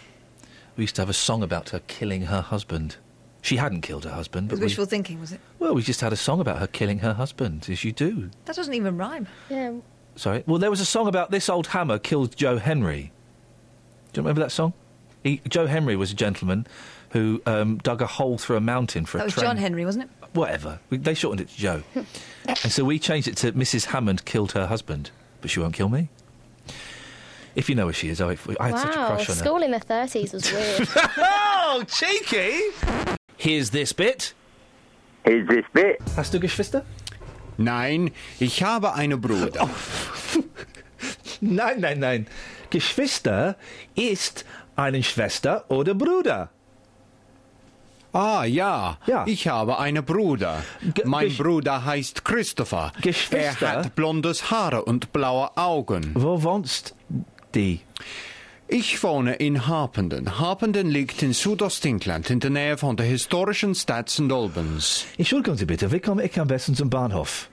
We used to have a song about her killing her husband. She hadn't killed her
It
husband, but
was
we,
wishful thinking, was it?
well, we just had a song about her killing her husband, as you do.
That doesn't even rhyme.
Yeah.
Sorry. Well, there was a song about this old hammer killed Joe Henry. Do you remember that song? He, Joe Henry was a gentleman who um, dug a hole through a mountain for
That
a
was
train.
John Henry, wasn't it?
Whatever. We, they shortened it to Joe. and so we changed it to Mrs. Hammond killed her husband, but she won't kill me. If you know where she is, I, I had
wow,
such a crush on her.
school in
(laughs)
the 30s was weird.
oh, cheeky! Here's this bit.
Here's this bit.
Hast du Geschwister?
Nein, ich habe eine Bruder.
Oh. Nein, nein, nein. Geschwister ist eine Schwester oder Bruder.
Ah ja. ich habe einen Bruder. mein
Gesch-
Bruder heißt Christopher.
Geschwister?
Er hat blondes Haare und blaue Augen.
Wo wohnst du?
Ich wohne in Harpenden. Harpenden liegt in Südostingland in der Nähe von der historischen Stadt St. Albans.
Entschuldigen Sie bitte, wie komme ich am besten zum Bahnhof?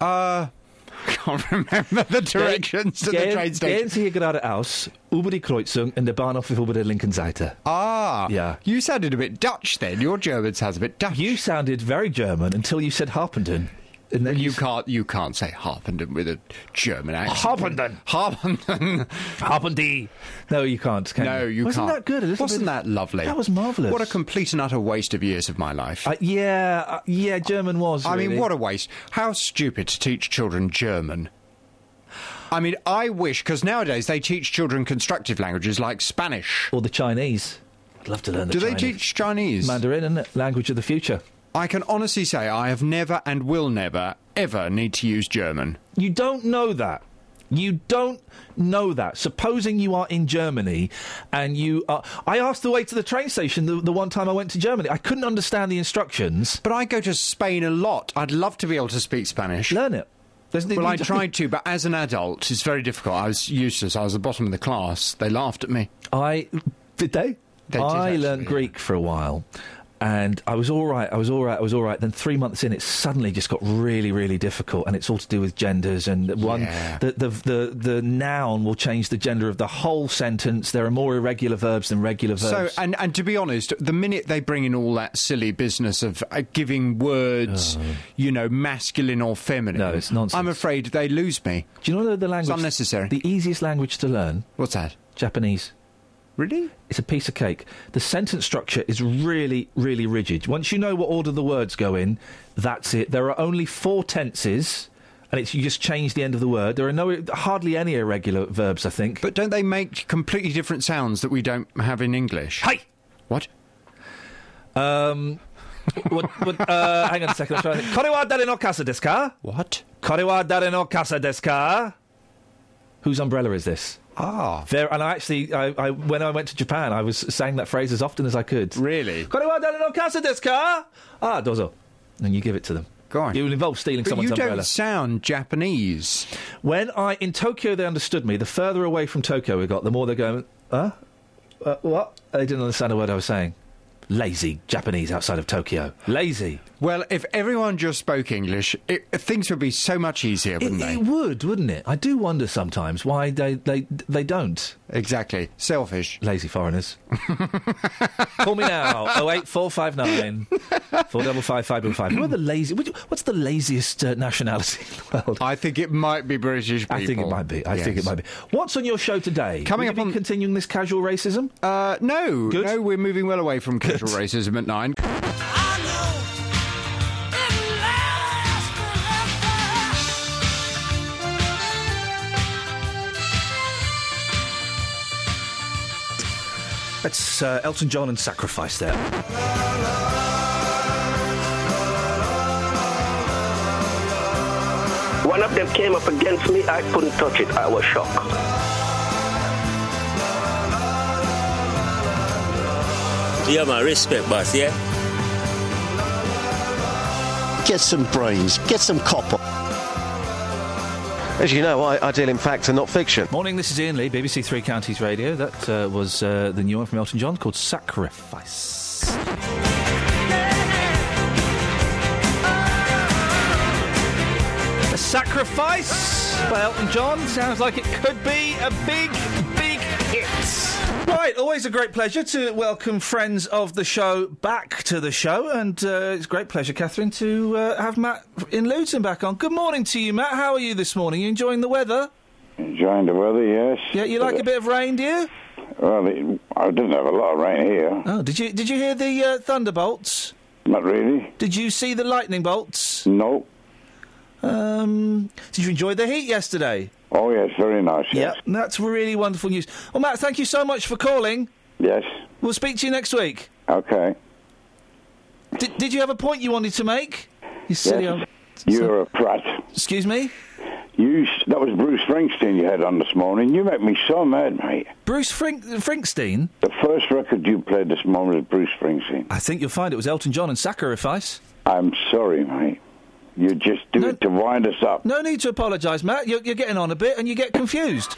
Uh, (laughs) can't remember the directions to the
Gehen-
train
Gehen
station.
Sie hier geradeaus, über die Kreuzung und der Bahnhof ist über der linken Seite.
Ah,
Ja.
you sounded a bit Dutch then. Your German sounds a bit Dutch.
You sounded very German until you said Harpenden. And then
You can't, you can't say Harpenden with a German accent.
Harpenden.
Harpenden.
Harpenden. No, you can't. Can
No, you
Wasn't
can't.
that good? A little
Wasn't
bit-
that lovely?
That was marvellous.
What a complete and utter waste of years of my life.
Uh, yeah, uh, yeah, German was.
I mean,
really.
what a waste. How stupid to teach children German. I mean, I wish, because nowadays they teach children constructive languages like Spanish.
Or the Chinese. I'd love to learn the
Do they
Chinese.
teach Chinese?
Mandarin and language of the future.
I can honestly say I have never and will never, ever need to use German.
You don't know that. You don't know that. Supposing you are in Germany and you are. I asked the way to the train station the, the one time I went to Germany. I couldn't understand the instructions.
But I go to Spain a lot. I'd love to be able to speak Spanish.
Learn it. There's-
Well,
you
I
don't-
tried to, but as an adult, it's very difficult. I was useless. I was the bottom of the class. They laughed at me.
I did they?
They did,
I learned
actually,
Greek for a while, and I was all right. I was all right. I was all right. Then three months in, it suddenly just got really, really difficult, and it's all to do with genders. And one,
Yeah.
the, the the the noun will change the gender of the whole sentence. There are more irregular verbs than regular
So,
verbs.
and, and to be honest, the minute they bring in all that silly business of uh, giving words, you know, masculine or feminine,
Oh. No, it's nonsense.
I'm afraid they lose me.
do you know the
It's
language?
unnecessary.
The easiest language to learn,
What's that?
Japanese.
Really?
It's a piece of cake. The sentence structure is really, really rigid. Once you know what order the words go in, that's it. There are only four tenses, and it's you just change the end of the word. (laughs) There are no hardly any irregular verbs. I think.
But don't they make completely different sounds that we don't have in English?
Hey,
What?
um, (laughs) what, what, uh, hang on a second. I'm trying to think. Kore wa dare no kasa desu ka?
What?
Kore wa dare no kasa desu ka? Whose umbrella is this?
Ah.
There, and I actually, I, I, when I went to Japan, I was saying that phrase as often as I could.
Really?
Kore wa dare no kasa desu ka? Ah, dozo. And you give it to them.
Go on.
You involve stealing
But
someone's
you
umbrella.
don't sound Japanese.
When I in Tokyo, they understood me. The further away from Tokyo we got, the more they're going. Huh? Uh, what? They didn't understand a word I was saying. Lazy Japanese outside of Tokyo. Lazy.
Well, if everyone just spoke English, it, things would be so much easier,
It,
wouldn't they?
it would, wouldn't it? I do wonder sometimes why they they they don't.
Exactly. Selfish.
Lazy foreigners. (laughs) Call me now. Oh eight four five nine four double five five (coughs) double five. Who are the lazy? which- What's the laziest uh, nationality in the world?
I think it might be British people.
I think it might be. I think it
Yes.
might be. What's on your show today?
Coming
Will you
up
be
on-
continuing this casual racism.
Uh, no,
Good.
no, we're moving well away from cultural racism at
(laughs)
nine.
That's uh, Elton John and Sacrifice there.
One of them came up against me. I couldn't touch it. I was shocked.
Yeah, my respect, boss, yeah?
Get some brains, get some copper.
As you know, I, I deal in fact and not fiction.
Morning, this is Ian Lee, BBC Three Counties Radio. That uh, was uh, the new one from Elton John called Sacrifice. A sacrifice by Elton John sounds like it could be a big, big hit. Right, always a great pleasure to welcome friends of the show back to the show, and uh, it's a great pleasure, Catherine, to uh, have Matt in Luton back on. Good morning to you, Matt. How are you this morning? You enjoying the weather?
Enjoying the weather, yes.
Yeah, you like a bit of rain, do you?
Well, it, I didn't have a lot of rain here.
Oh, did you did you hear the uh, thunderbolts?
Not really.
Did you see the lightning bolts?
No.
Um, did you enjoy the heat yesterday?
Oh, yes, very nice. Yes.
Yep, that's really wonderful news. Well, Matt, thank you so much for calling.
Yes.
We'll speak to you next week.
Okay.
Did, did you have a point you wanted to make? You silly
Yes.
old.
You're a prat.
Excuse me?
You, s- that was Bruce Springsteen you had on this morning. You make me so mad, mate.
Bruce Frink- Frinkstein?
The first record you played this morning was Bruce Springsteen.
I think you'll find it was Elton John and Sacrifice.
I'm sorry, mate. You just do it to wind us up.
No need to apologise, Matt. You're, you're getting on a bit and you
(laughs)
get confused.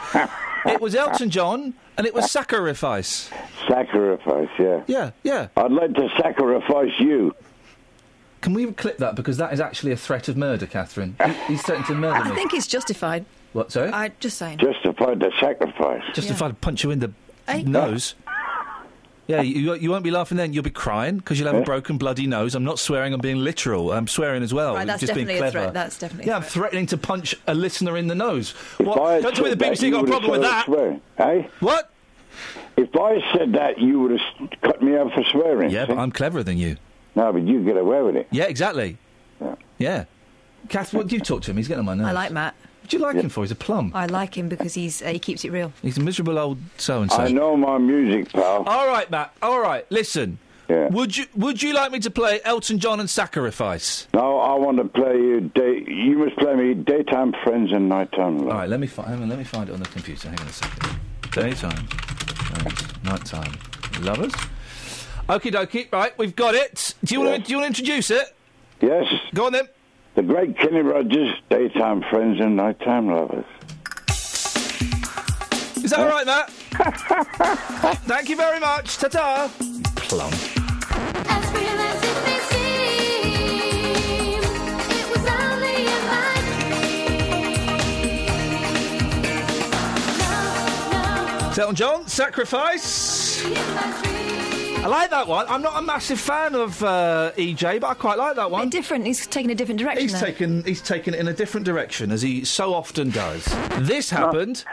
it was Elton John and it was Sacrifice.
Sacrifice, yeah.
Yeah, yeah.
I'd like to sacrifice you.
Can we clip that? Because that is actually a threat of murder, Catherine. He- He's threatening to murder
I
me.
think it's justified.
What, sorry?
I just saying.
Justified the sacrifice.
Justified to punch you in the
Eh?
nose. Yeah, you, you won't be laughing then. You'll be crying because you'll have a
Yeah.
broken bloody nose. I'm not swearing. I'm being literal. I'm swearing as well.
Right, that's
Oh, just being
definitely a
clever.
threat. That's definitely.
Yeah, I'm threatening to punch a listener in the nose.
I
What?
had
Don't tell me the
said that,
BBC
you
got a
would have
problem with that.
started Swearing, eh?
What?
If I said that, you would have s- cut me out for swearing.
Yeah, but I'm cleverer than you.
No, but you get away with it.
Yeah, exactly. Yeah. Kath, what do you talk to him? He's getting on my nerves.
I like Matt.
What do you like him for? He's a plum.
I like him because he's uh, he keeps it real.
He's a miserable old so and so.
I know my music, pal.
All right, Matt. All right, listen. Would you Would you like me to play Elton John and Sacrifice?
No, I want to play you. Day, you must play me daytime friends and nighttime love.
All right, let me find. Hang on, let me find it on the computer. Hang on a second. Daytime, and nighttime, lovers. Okie dokie. Right, we've got it. Do you want to Do you want to introduce it?
Yes.
Go on then.
The great Kenny Rogers, daytime friends and nighttime lovers.
Is that all right, Matt? (laughs) Thank you very much. Ta ta. Plum. It's Elton John, Sacrifice. I like that one. I'm not a massive fan of uh, EJ, but I quite like that one.
Bit different. He's taken a different direction.
He's
there.
taken he's taken it in a different direction as he so often does. This happened.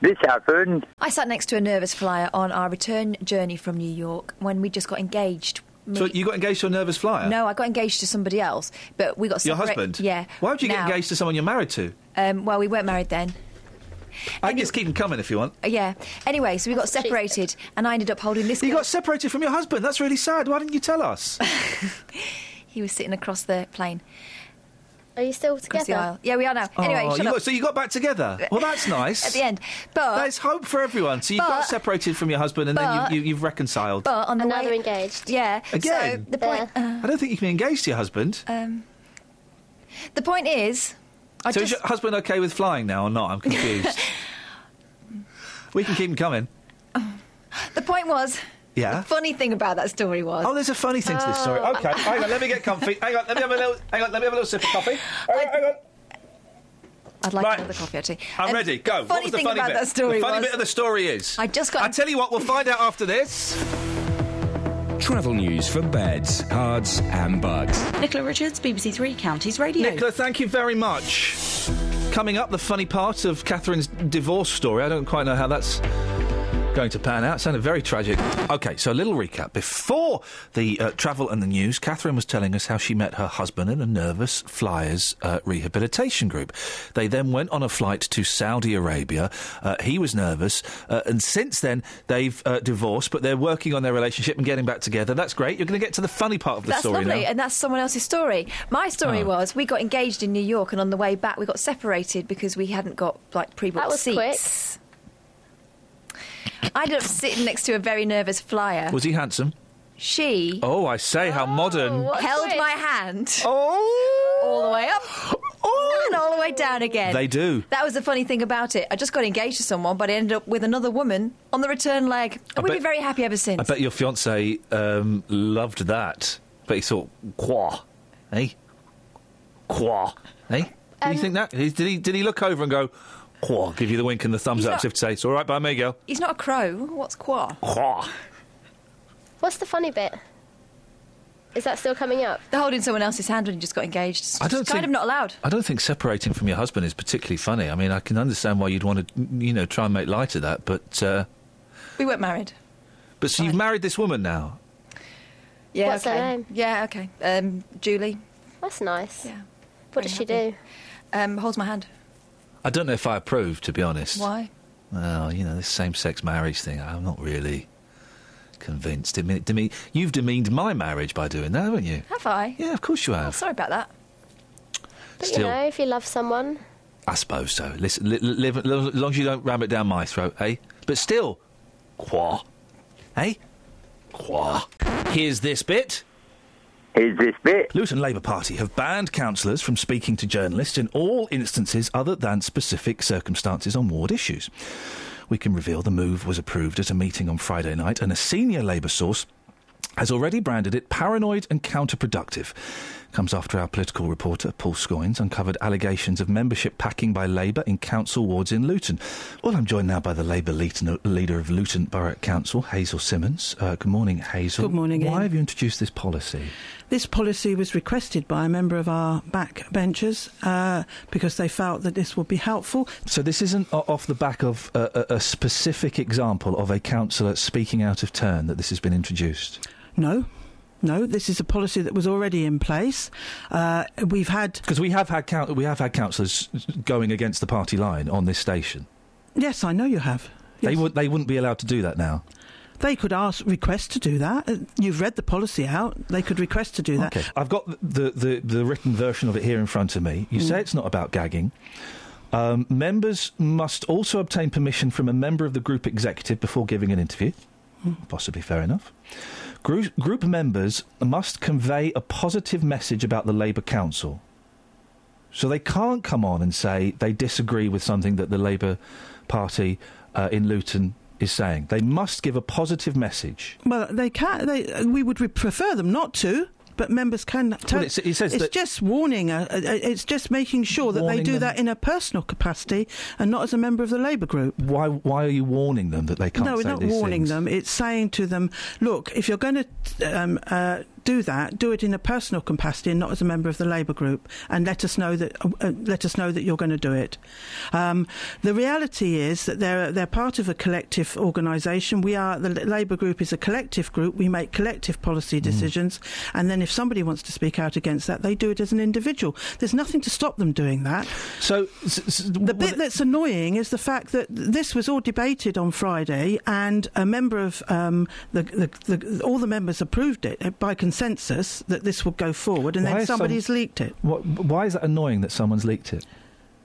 This happened.
I sat next to a nervous flyer on our return journey from New York when we just got engaged. Me-
So you got engaged to a nervous flyer.
no, I got engaged to somebody else, but we got
your
separa-
husband.
Yeah.
Why would you
now.
get engaged to someone you're married to?
Um, well, we weren't married then.
I can just keep him coming if you want.
Uh, Yeah. Anyway, so we got separated, and I ended up holding this.
You got separated from your husband. That's really sad. Why didn't you tell us?
He was sitting across the plane.
Are you still
Across the
together?
aisle. Yeah, we are now. anyway,
Oh,
shut
you
up.
got, so you got back together. Well, that's
(laughs)
nice.
At the end, but
There's hope for everyone. So you got
But-
separated from your husband, and then
but-
you, you, you've reconciled.
but on the way, engaged. Yeah.
Again?
So the point. Uh,
I don't think you can be engaged to your husband.
um, the point is, I
so
just
is your husband okay with flying now or not?
(laughs)
I'm confused. we can keep him coming.
the point was.
Yeah.
The funny thing about that story was.
Oh, there's a funny thing to this story.
Oh.
Okay, hang on, let me get comfy. Hang on, let me have a little. Hang on, let me have a little sip of coffee. Hang on, hang on.
I'd like
Right.
another coffee actually.
I'm
Um,
ready. Go.
Funny
what was the
thing
funny
about
bit?
that story
the funny
was.
bit of the story is.
I just got.
I tell you what, we'll find out after this.
Travel news for beds, cards, and bugs.
Nicola Richards, BBC Three Counties Radio.
Nicola, thank you very much. Coming up, the funny part of Catherine's divorce story. I don't quite know how that's going to pan out. It sounded very tragic. Okay, so a little recap. Before the uh, travel and the news, Catherine was telling us how she met her husband in a nervous flyers uh, rehabilitation group. They then went on a flight to Saudi Arabia. Uh, he was nervous, uh, and since then they've uh, divorced, but they're working on their relationship and getting back together. That's great. You're going to get to the funny part of the
That's
story
lovely,
now.
and that's someone else's story. My story
Oh.
was we got engaged in New York, and on the way back we got separated because we hadn't got like pre-booked
That was
seats. I ended up sitting next to a very nervous flyer.
Was he handsome?
She
Oh, I say, how modern.
held my hand.
Oh,
all the way up. And all the way down again.
They do.
That was the funny thing about it. I just got engaged to someone, but I ended up with another woman on the return leg.
I
And we've been
bet-
very happy ever
I
since.
bet your fiance um, loved that. But he thought, qua, eh? Qua, eh? Did
Um,
you think that? Did he, did he look over and go, qua, give you the wink and the thumbs
He's
up
not-
as if to say, it's all right by me, girl?
He's not a crow. What's qua?
Qua.
What's the funny bit? Is that still coming up?
They're holding someone else's hand when you just got engaged. It's
I don't
kind
think-
of not allowed.
I don't think separating from your husband is particularly funny. I mean, I can understand why you'd want to, you know, try and make light of that. But, uh,
We weren't married.
but so you've married this woman now.
Yeah.
What's her
okay.
name?
Yeah. Okay. Um, Julie.
That's nice. Yeah.
What does she do? Um, holds my hand.
I don't know if I approve, to be honest.
Why?
Well, you know, this same-sex marriage thing. I'm not really. Convinced. Deme- deme- you've demeaned my marriage by doing that, haven't you?
Have I?
Yeah, of course you
Oh,
have.
sorry about that. But
Still-
you know, if you love someone,
I suppose so. Listen, li- li- live, as long as you don't ram it down my throat, eh? But still, qua, eh? Qua. Here's this bit.
Here's this bit.
Luton Labour Party have banned councillors from speaking to journalists in all instances other than specific circumstances on ward issues. We can reveal the move was approved at a meeting on Friday night, and a senior Labour source has already branded it paranoid and counterproductive. Comes after our political reporter, Paul Scoynes, uncovered allegations of membership packing by Labour in council wards in Luton. Well, I'm joined now by the Labour lead- leader of Luton Borough Council, Hazel Simmons. Uh, good morning, Hazel.
Good morning,
Why
Ian.
have you introduced this policy?
This policy was requested by a member of our backbenchers uh, because they felt that this would be helpful.
So this isn't o- off the back of a, a, a specific example of a councillor speaking out of turn that this has been introduced.
No, no, this is a policy that was already in place. Uh, we've had,
Because we have had coun we have had councillors going against the party line on this station.
yes, I know you have.
They would they wouldn't be allowed to do that now.
They could ask, request to do that. Uh, You've read the policy out. They could request to do that.
Okay, I've got the, the, the written version of it here in front of me. You say it's not about gagging. Um, members must also obtain permission from a member of the group executive before giving an interview. Possibly fair enough. Group, group members must convey a positive message about the Labour Council. So they can't come on and say they disagree with something that the Labour Party uh, in Luton is saying. They must give a positive message.
Well, they can. They, uh, we would re- prefer them not to. But members can. tell-
it's- it says
it's
that-
just warning. Uh, uh, it's just making sure that they
Warning
do
them.
that in a personal capacity and not as a member of the Labour group.
Why, why are you warning them that they can't
no, we're
say
not
these
warning
things?
them. It's saying to them, look, if you're going to um, uh, do that, do it in a personal capacity and not as a member of the Labour group, and let us know that uh, uh, let us know that you're going to do it. Um, the reality is that they're they're part of a collective organisation. We are the L- Labour group is a collective group. We make collective
Mm.
policy decisions, and then if somebody wants to speak out against that, they do it as an individual. There's nothing to stop them doing that.
So, the
bit that's annoying is the fact that this was all debated on Friday, and a member of um, the, the, the all the members approved it by consensus that this would go forward, and
Why
then
is some-
somebody's leaked it.
Why- why is that annoying that someone's leaked it?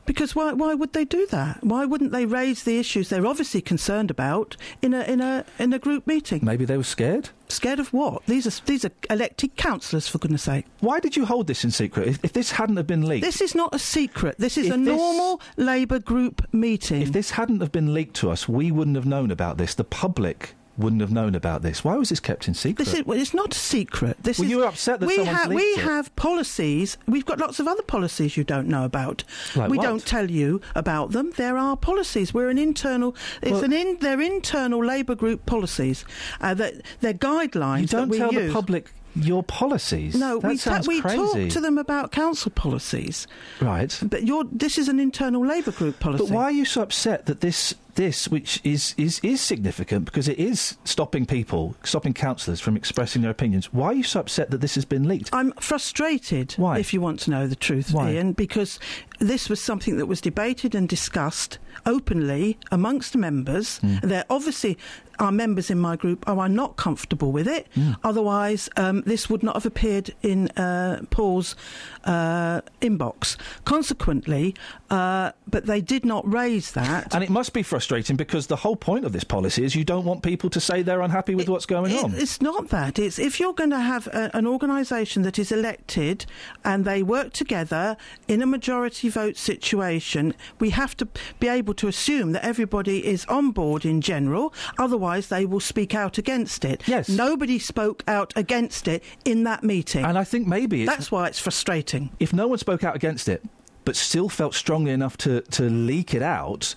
Because why, why would they do that? Why wouldn't they raise the issues they're obviously concerned about in a, in a, in a group meeting?
Maybe they were scared.
Scared of what? These are, these are elected councillors, for goodness sake.
Why did you hold this in secret? If, if this hadn't have been leaked,
This is not a secret. This is
If
a
this-
normal Labour group meeting.
if this hadn't have been leaked to us, we wouldn't have known about this. The public wouldn't have known about this. Why was this kept in secret?
This is, well, it's not a secret. This
Well,
is,
you were upset that
we
someone's
have
leaked
we
it.
have policies. We've got lots of other policies you don't know about.
Like
we
what?
don't tell you about them. There are policies. We're an internal. It's
Well-
an in, they're internal Labour group policies. Uh, that they're guidelines.
you
that
don't
we
tell the
use.
public your policies.
No,
that
we ta-
sounds
we
crazy.
talk to them about council policies.
Right.
But you're, this is an internal Labour group policy.
But why are you so upset that this this which is is is significant because it is stopping people, stopping councillors from expressing their opinions. Why are you so upset that this has been leaked?
I'm frustrated.
Why?
If you want to know the truth,
Why?
Ian, because this was something that was debated and discussed openly amongst members.
Hmm.
There obviously are members in my group who are not comfortable with it.
Hmm.
Otherwise, um, this would not have appeared in uh, Paul's uh, inbox. Consequently, uh, but they did not raise that.
And it must be frustrating because the whole point of this policy is you don't want people to say they're unhappy with what's going on.
It's not that. It's if you're going to have a, an organisation that is elected and they work together in a majority vote situation, we have to be able to assume that everybody is on board in general. Otherwise, they will speak out against it. Yes. Nobody spoke out against it in that meeting.
And I think maybe it's,
that's why it's frustrating.
if no one spoke out against it, but still felt strongly enough to, to leak it out,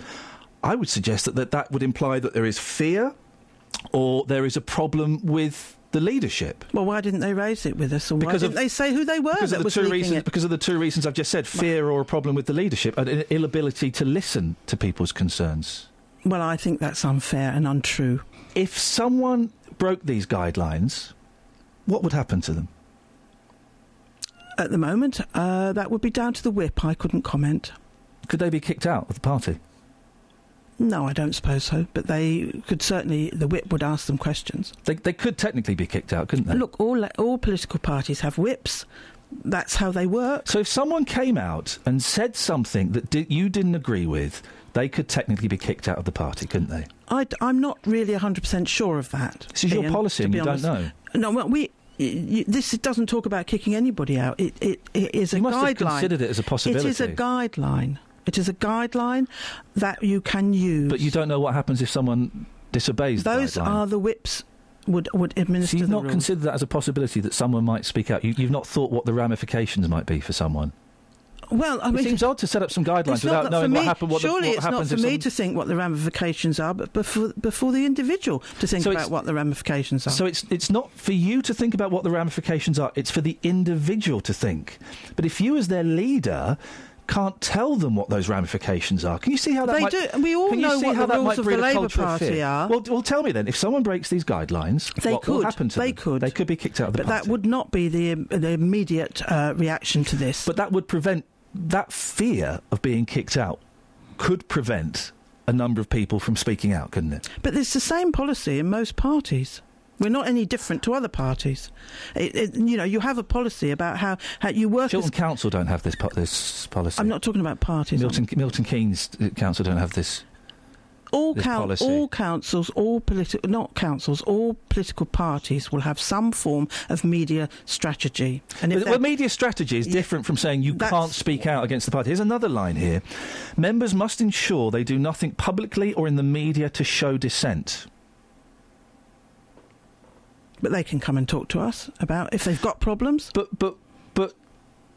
I would suggest that, that that would imply that there is fear or there is a problem with the leadership.
Well, why didn't they raise it with us? Or why
Because of-
didn't they say who they were
Because
Oh, that
of, the
was
two
leaking
reasons,
it?
because of the two reasons I've just said fear or a problem with the leadership, and an inability to listen to people's concerns.
Well, I think that's unfair and untrue.
If someone broke these guidelines, what would happen to them?
At the moment, uh, that would be down to the whip. I couldn't comment.
Could they be kicked out of the party?
No, I don't suppose so. But they could certainly, the whip would ask them questions.
They, they could technically be kicked out, couldn't they?
Look, all all political parties have whips. That's how they work.
So if someone came out and said something that di- you didn't agree with, they could technically be kicked out of the party, couldn't they?
I, am not really 100% sure of that.
This is your
Ian,
policy
to
and
be
you don't
honest. No, well, we. y- y- This doesn't talk about kicking anybody out. It, it, it is
You
a
must
guideline.
have considered it as
It is
a
a
possibility.
guideline. It is a guideline that you can use.
But you don't know what happens if someone disobeys
Those
the guideline.
are the whips would would administer.
So you've
the
not
rules.
considered that as a possibility that someone might speak out. You, you've not thought what the ramifications might be for someone.
Well, I
it
mean,
seems odd to set up some guidelines
It's not
without
that
knowing
for me,
what happened. What the-
surely
what
it's not
happens
for
if
me
someone-
to think what the ramifications are, but before, before the individual to think
So it's-
about what the ramifications are.
So it's it's not for you to think about what the ramifications are. It's for the individual to think. But if you, as their leader, can't tell them what those ramifications are, can you see how that
They
might,
do. We all
can you
know
see
what
how
the
that
rules
might
of
breed
the
a
Labour
culture of
Party
fear?
are.
Well, d- well, tell me then. If someone breaks these guidelines,
They
what will
could.
happen to
They
them? They could be kicked out of the
but
party.
that would not be the um, the immediate uh, reaction to this.
But that would prevent that fear of being kicked out could prevent a number of people from speaking out, couldn't it?
But it's the same policy in most parties. We're not any different to other parties. It, it, you know, you have a policy about how, how you work.
Chiltern
As,
Council don't have this po- this policy.
I'm not talking about parties. I'm
Milton Milton Keynes uh, Council don't have this.
all,
this
coun-
policy.
all councils, all political, not councils, all political parties will have some form of media strategy. And if
But- well, media strategy is different from saying you can't speak out against the party. Here's another line here: members must ensure they do nothing publicly or in the media to show dissent.
But they can come and talk to us about if they've got problems.
But but but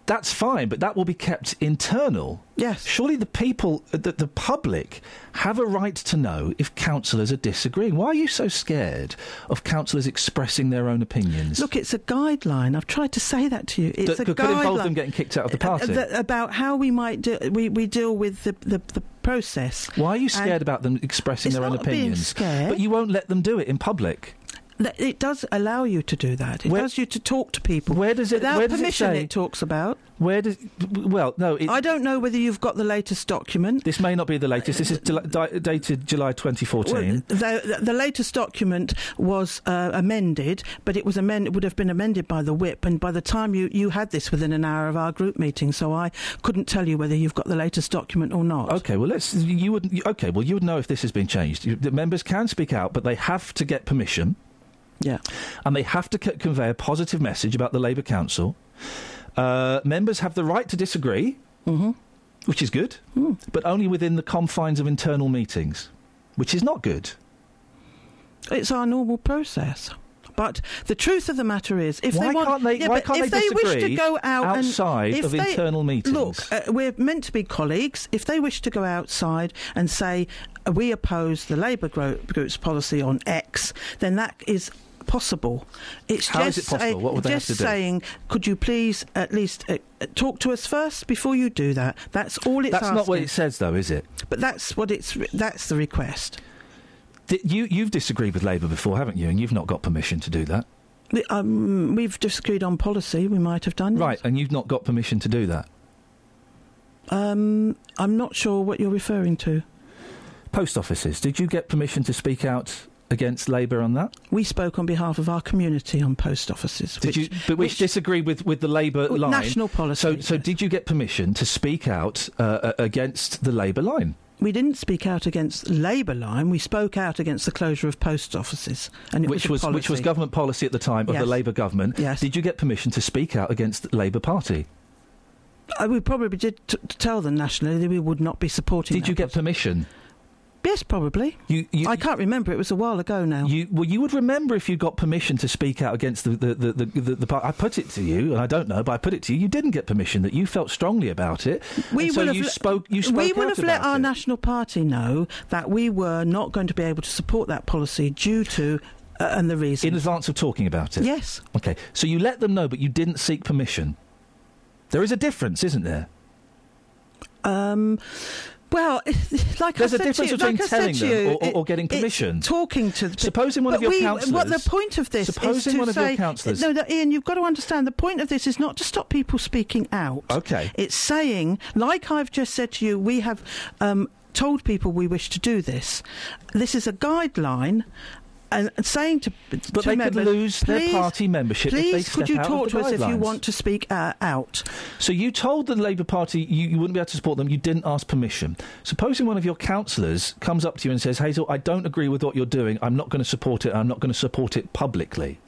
that's fine, but that will be kept internal.
Yes.
Surely the people, uh, the, the public, have a right to know if councillors are disagreeing. Why are you so scared of councillors expressing their own opinions?
Look, it's a guideline. I've tried to say that to you. It's
that
a
could, could
guideline.
involve them getting kicked out of the
Uh,
party.
that- about how we might do, we, we deal with the, the, the process.
Why are you
And
scared about them expressing their own
not being
opinions?
scared.
But you won't let them do it in public.
that it does allow you to do that. It does you to talk to people. Where does it? Without
where does it
permission,
say-
talks about.
Where does? Well, no. It,
I don't know whether you've got the latest document.
This may not be the latest. This is di- di- dated July 2014.
Well, the, the latest document was uh, amended, but it was amend- it would have been amended by the whip. And by the time you, you had this within an hour of our group meeting, so I couldn't tell you whether you've got the latest document or not.
Okay, well, let's. You would. you- Okay, well, you would know if this has been changed. You, the members can speak out, but they have to get permission.
Yeah.
And they have to c- convey a positive message about the Labour Council. Uh, members have the right to disagree,
Mm-hmm.
which is good,
Mm.
but only within the confines of internal meetings, which is not good.
It's our normal process. But the truth of the matter is, if
Why
they want,
can't they- why
but
can't
if
they
wish to
disagree
go out and-
outside
if
of
they-
internal meetings?
Look, uh, we're meant to be colleagues. If they wish to go outside and say uh, we oppose the Labour gro- group's policy on X, then that is possible. It's
How is
just
it possible?
a-
What would they have
just
to do?
saying, could you please at least uh, uh, talk to us first before you do that? That's all it's
That's
asking.
not what it says, though, is it?
But that's what it's. re- That's the request.
Di- you you've disagreed with Labour before, haven't you? And you've not got permission to do that,
We- Um, we've disagreed on policy. We might have done yes.
right? And you've not got permission to do that.
Um, I'm not sure what you're referring to.
Post offices. Did you get permission to speak out against Labour on that?
We spoke on behalf of our community on post offices.
Did you, but which, disagreed with, with the Labour
With
line?
national policy,
So, so did you get permission to speak out uh, uh, against the Labour line?
We didn't speak out against Labour line. We spoke out against the closure of post offices, and it
which
was, a
was
policy.
which was government policy at the time of
Yes.
the Labour government. Yes. Did you get permission to speak out against the Labour Party?
Uh, we probably did t- t- tell them nationally that we would not be supporting.
Did
that
you get
policy.
permission?
Yes, probably.
You, you,
I can't remember. It was a while ago now.
You, well, you would remember if you got permission to speak out against the the the, the, the, the part. I put it to you, and I don't know, but I put it to you. You didn't get permission that you felt strongly about it. and so you
le-
spoke. You spoke
we will
out
have let
about
our
it.
national party know that we were not going to be able to support that policy due to uh, and the reason
in advance of talking about it.
Yes.
Okay. So you let them know, but you didn't seek permission. There is a difference, isn't there?
Um, well, (laughs) like
There's
I said
a difference
to you,
between
like I said
telling
to
them
you,
or- or-
it-
or getting
it's
permission.
talking to the
Supposing one of
But
your
we- What the
councillors-
point of this?
supposing
is to
one of your
say-
councillors-
No, no, Ian, you've got to understand. The point of this is not to stop people speaking out.
Okay.
It's saying, like I've just said to you, we have. Um, told people we wish to do this. This is a guideline. And and saying to,
But
to
they could
members,
lose their
please-
party membership if they
Please,
step
could you
out of
talk
the
to us if you
guidelines?
want to speak uh, out?
So you told the Labour Party you, you wouldn't be able to support them. You didn't ask permission. Supposing one of your councillors comes up to you and says, "Hazel, I don't agree with what you're doing. I'm not going to support it. I'm not going to support it publicly."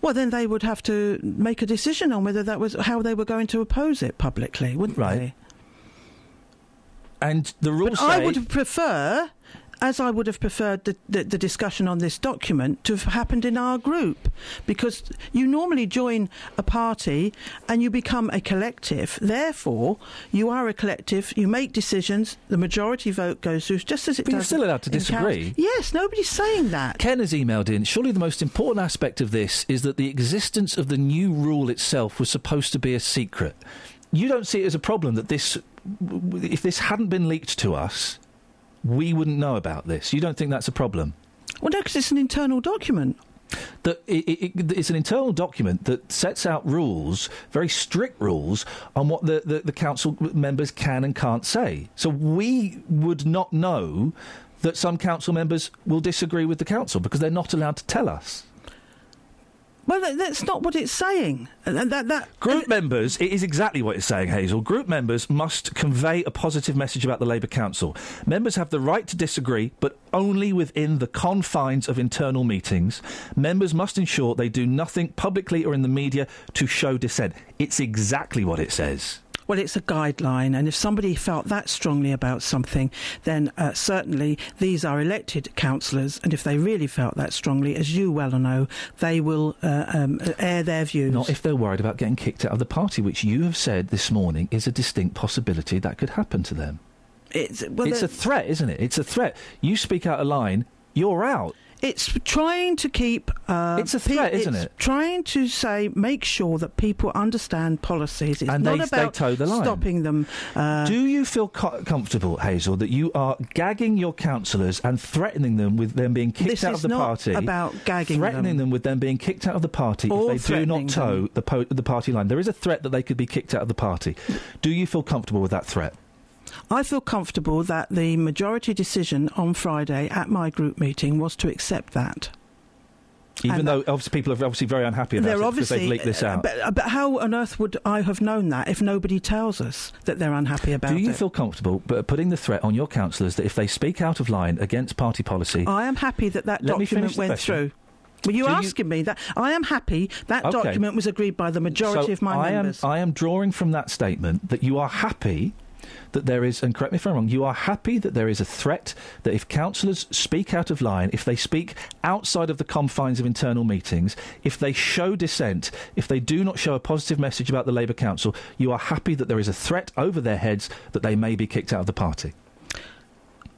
Well, then they would have to make a decision on whether that was how they were going to oppose it publicly, wouldn't they?
And the
But
rules say
I would have prefer, as I would have preferred the, the, the discussion on this document to have happened in our group, because you normally join a party and you become a collective. Therefore, you are a collective. You make decisions. The majority vote goes through, just as it
But
does.
you're still allowed to
in council.
disagree.
Yes, nobody's saying that.
Ken has emailed in. Surely the most important aspect of this is that the existence of the new rule itself was supposed to be a secret. You don't see it as a problem that this, if this hadn't been leaked to us, we wouldn't know about this. You don't think that's a problem?
Well, no, because it's an internal document.
That it, it, it- it's an internal document that sets out rules, very strict rules, on what the, the, the council members can and can't say. So we would not know that some council members will disagree with the council because they're not allowed to tell us.
Well, that, that's not what it's saying. And and that, that
Group members, it is exactly what it's saying, Hazel. Group members must convey a positive message about the Labour Council. Members have the right to disagree, but only within the confines of internal meetings. Members must ensure they do nothing publicly or in the media to show dissent. It's exactly what it says.
Well, it's a guideline, and if somebody felt that strongly about something, then uh, certainly these are elected councillors, and if they really felt that strongly, as you well know, they will uh, um, air their views.
Not if they're worried about getting kicked out of the party, which you have said this morning is a distinct possibility that could happen to them.
it's well,
it's
they're-
a threat, isn't it? It's a threat. You speak out a line, you're out.
It's trying to keep. Uh,
It's a threat,
pe-
isn't
it's
it?
Trying to say, make sure that people understand policies. It's
And
not
they- they
about
toe the line.
stopping them. Uh,
Do you feel co- comfortable, Hazel, that you are gagging your councillors and threatening them with them being kicked
This
out
is
of the
not
party?
about gagging
threatening them.
them.
with them being kicked out of the party
Or
if they do
threatening
not toe the, po- the party line. There is a threat that they could be kicked out of the party. Do you feel comfortable with that threat?
I feel comfortable that the majority decision on Friday at my group meeting was to accept that.
Even though obviously people are obviously very unhappy about
they're
it because
obviously uh,
they've leaked this out.
But, but how on earth would I have known that if nobody tells us that they're unhappy about
do you
it?
feel comfortable b- putting the threat on your councillors that if they speak out of line against party policy?
I am happy that that
Let me finish
document
the
went
question.
through. Were you
Do you-
asking me that? I am happy that
Okay.
document was agreed by the majority
So
of my
I
members.
Am, I am drawing from that statement that you are happy that there is, and correct me if I'm wrong, you are happy that there is a threat that if councillors speak out of line, if they speak outside of the confines of internal meetings, if they show dissent, if they do not show a positive message about the Labour Council, you are happy that there is a threat over their heads that they may be kicked out of the party.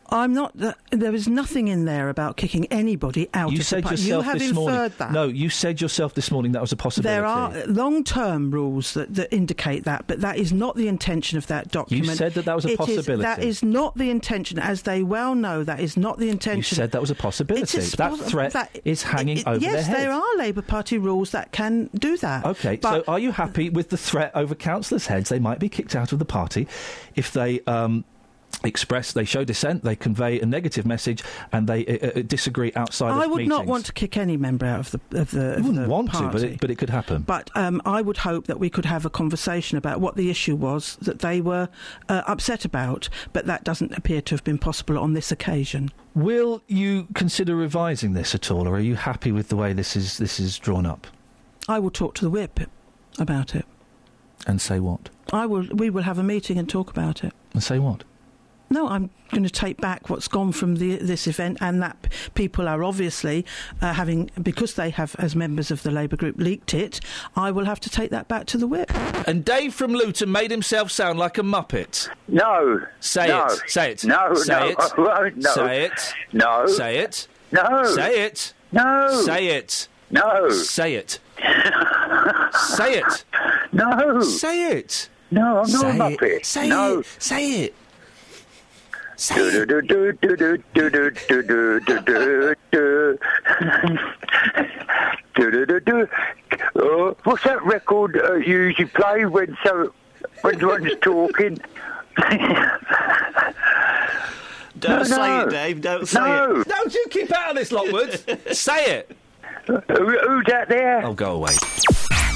I'm not. th- There is nothing in there about kicking anybody out.
you
of
said
the party.
yourself
You have
this
inferred
morning.
that.
No, you said yourself this morning that was a possibility.
There are uh, long-term rules that, that indicate that, but that is not the intention of that document.
said that that was a
It is-
possibility.
that is not the intention, as they well know. That is not the intention.
you said that was a possibility.
It's a
that
spo-
threat
that-
is hanging over their
yes,
heads.
there are Labour Party rules that can do that.
Okay,
but
so are you happy with the threat over councillors' heads? They might be kicked out of the party if they um, express, they show dissent, they convey a negative message, and they uh, uh, disagree outside of
I would not
meetings.
want to kick any member out of the of the.
You wouldn't
of the
want
party.
to, but it, but it could happen.
But um, I would hope that we could have a conversation about what the issue was that they were uh, upset about, but that doesn't appear to have been possible on this occasion.
Will you consider revising this at all, or are you happy with the way this is this is drawn up?
I will talk to the whip about it.
And say what?
I will. We will have a meeting and talk about it.
And say what?
No, I'm going to take back what's gone from the, this event, and that p- people are obviously uh, having, because they have, as members of the Labour group, leaked it. I will have to take that back to the whip.
And Dave from Luton made himself sound like a muppet.
No.
Say
no.
it. Say it.
No, no,
Say
I
it.
won't, no.
Say it.
No.
Say it.
No.
Say it.
No.
Say it.
No. (laughs)
Say it. Say it.
No.
Say
Oh,
it.
No, I'm not
Say
a
it.
muppet.
Say
no.
it. Say it.
Do (laughs) do do do do do do do do do do do do do do do. Uh, What's that record uh, you usually (laughs) play when so when one's talking?
Don't
No,
say
no.
it, Dave. Don't say
No.
it.
No, do keep out of
(laughs)
this, Lockwood. say it.
who's out there?
Oh, go away.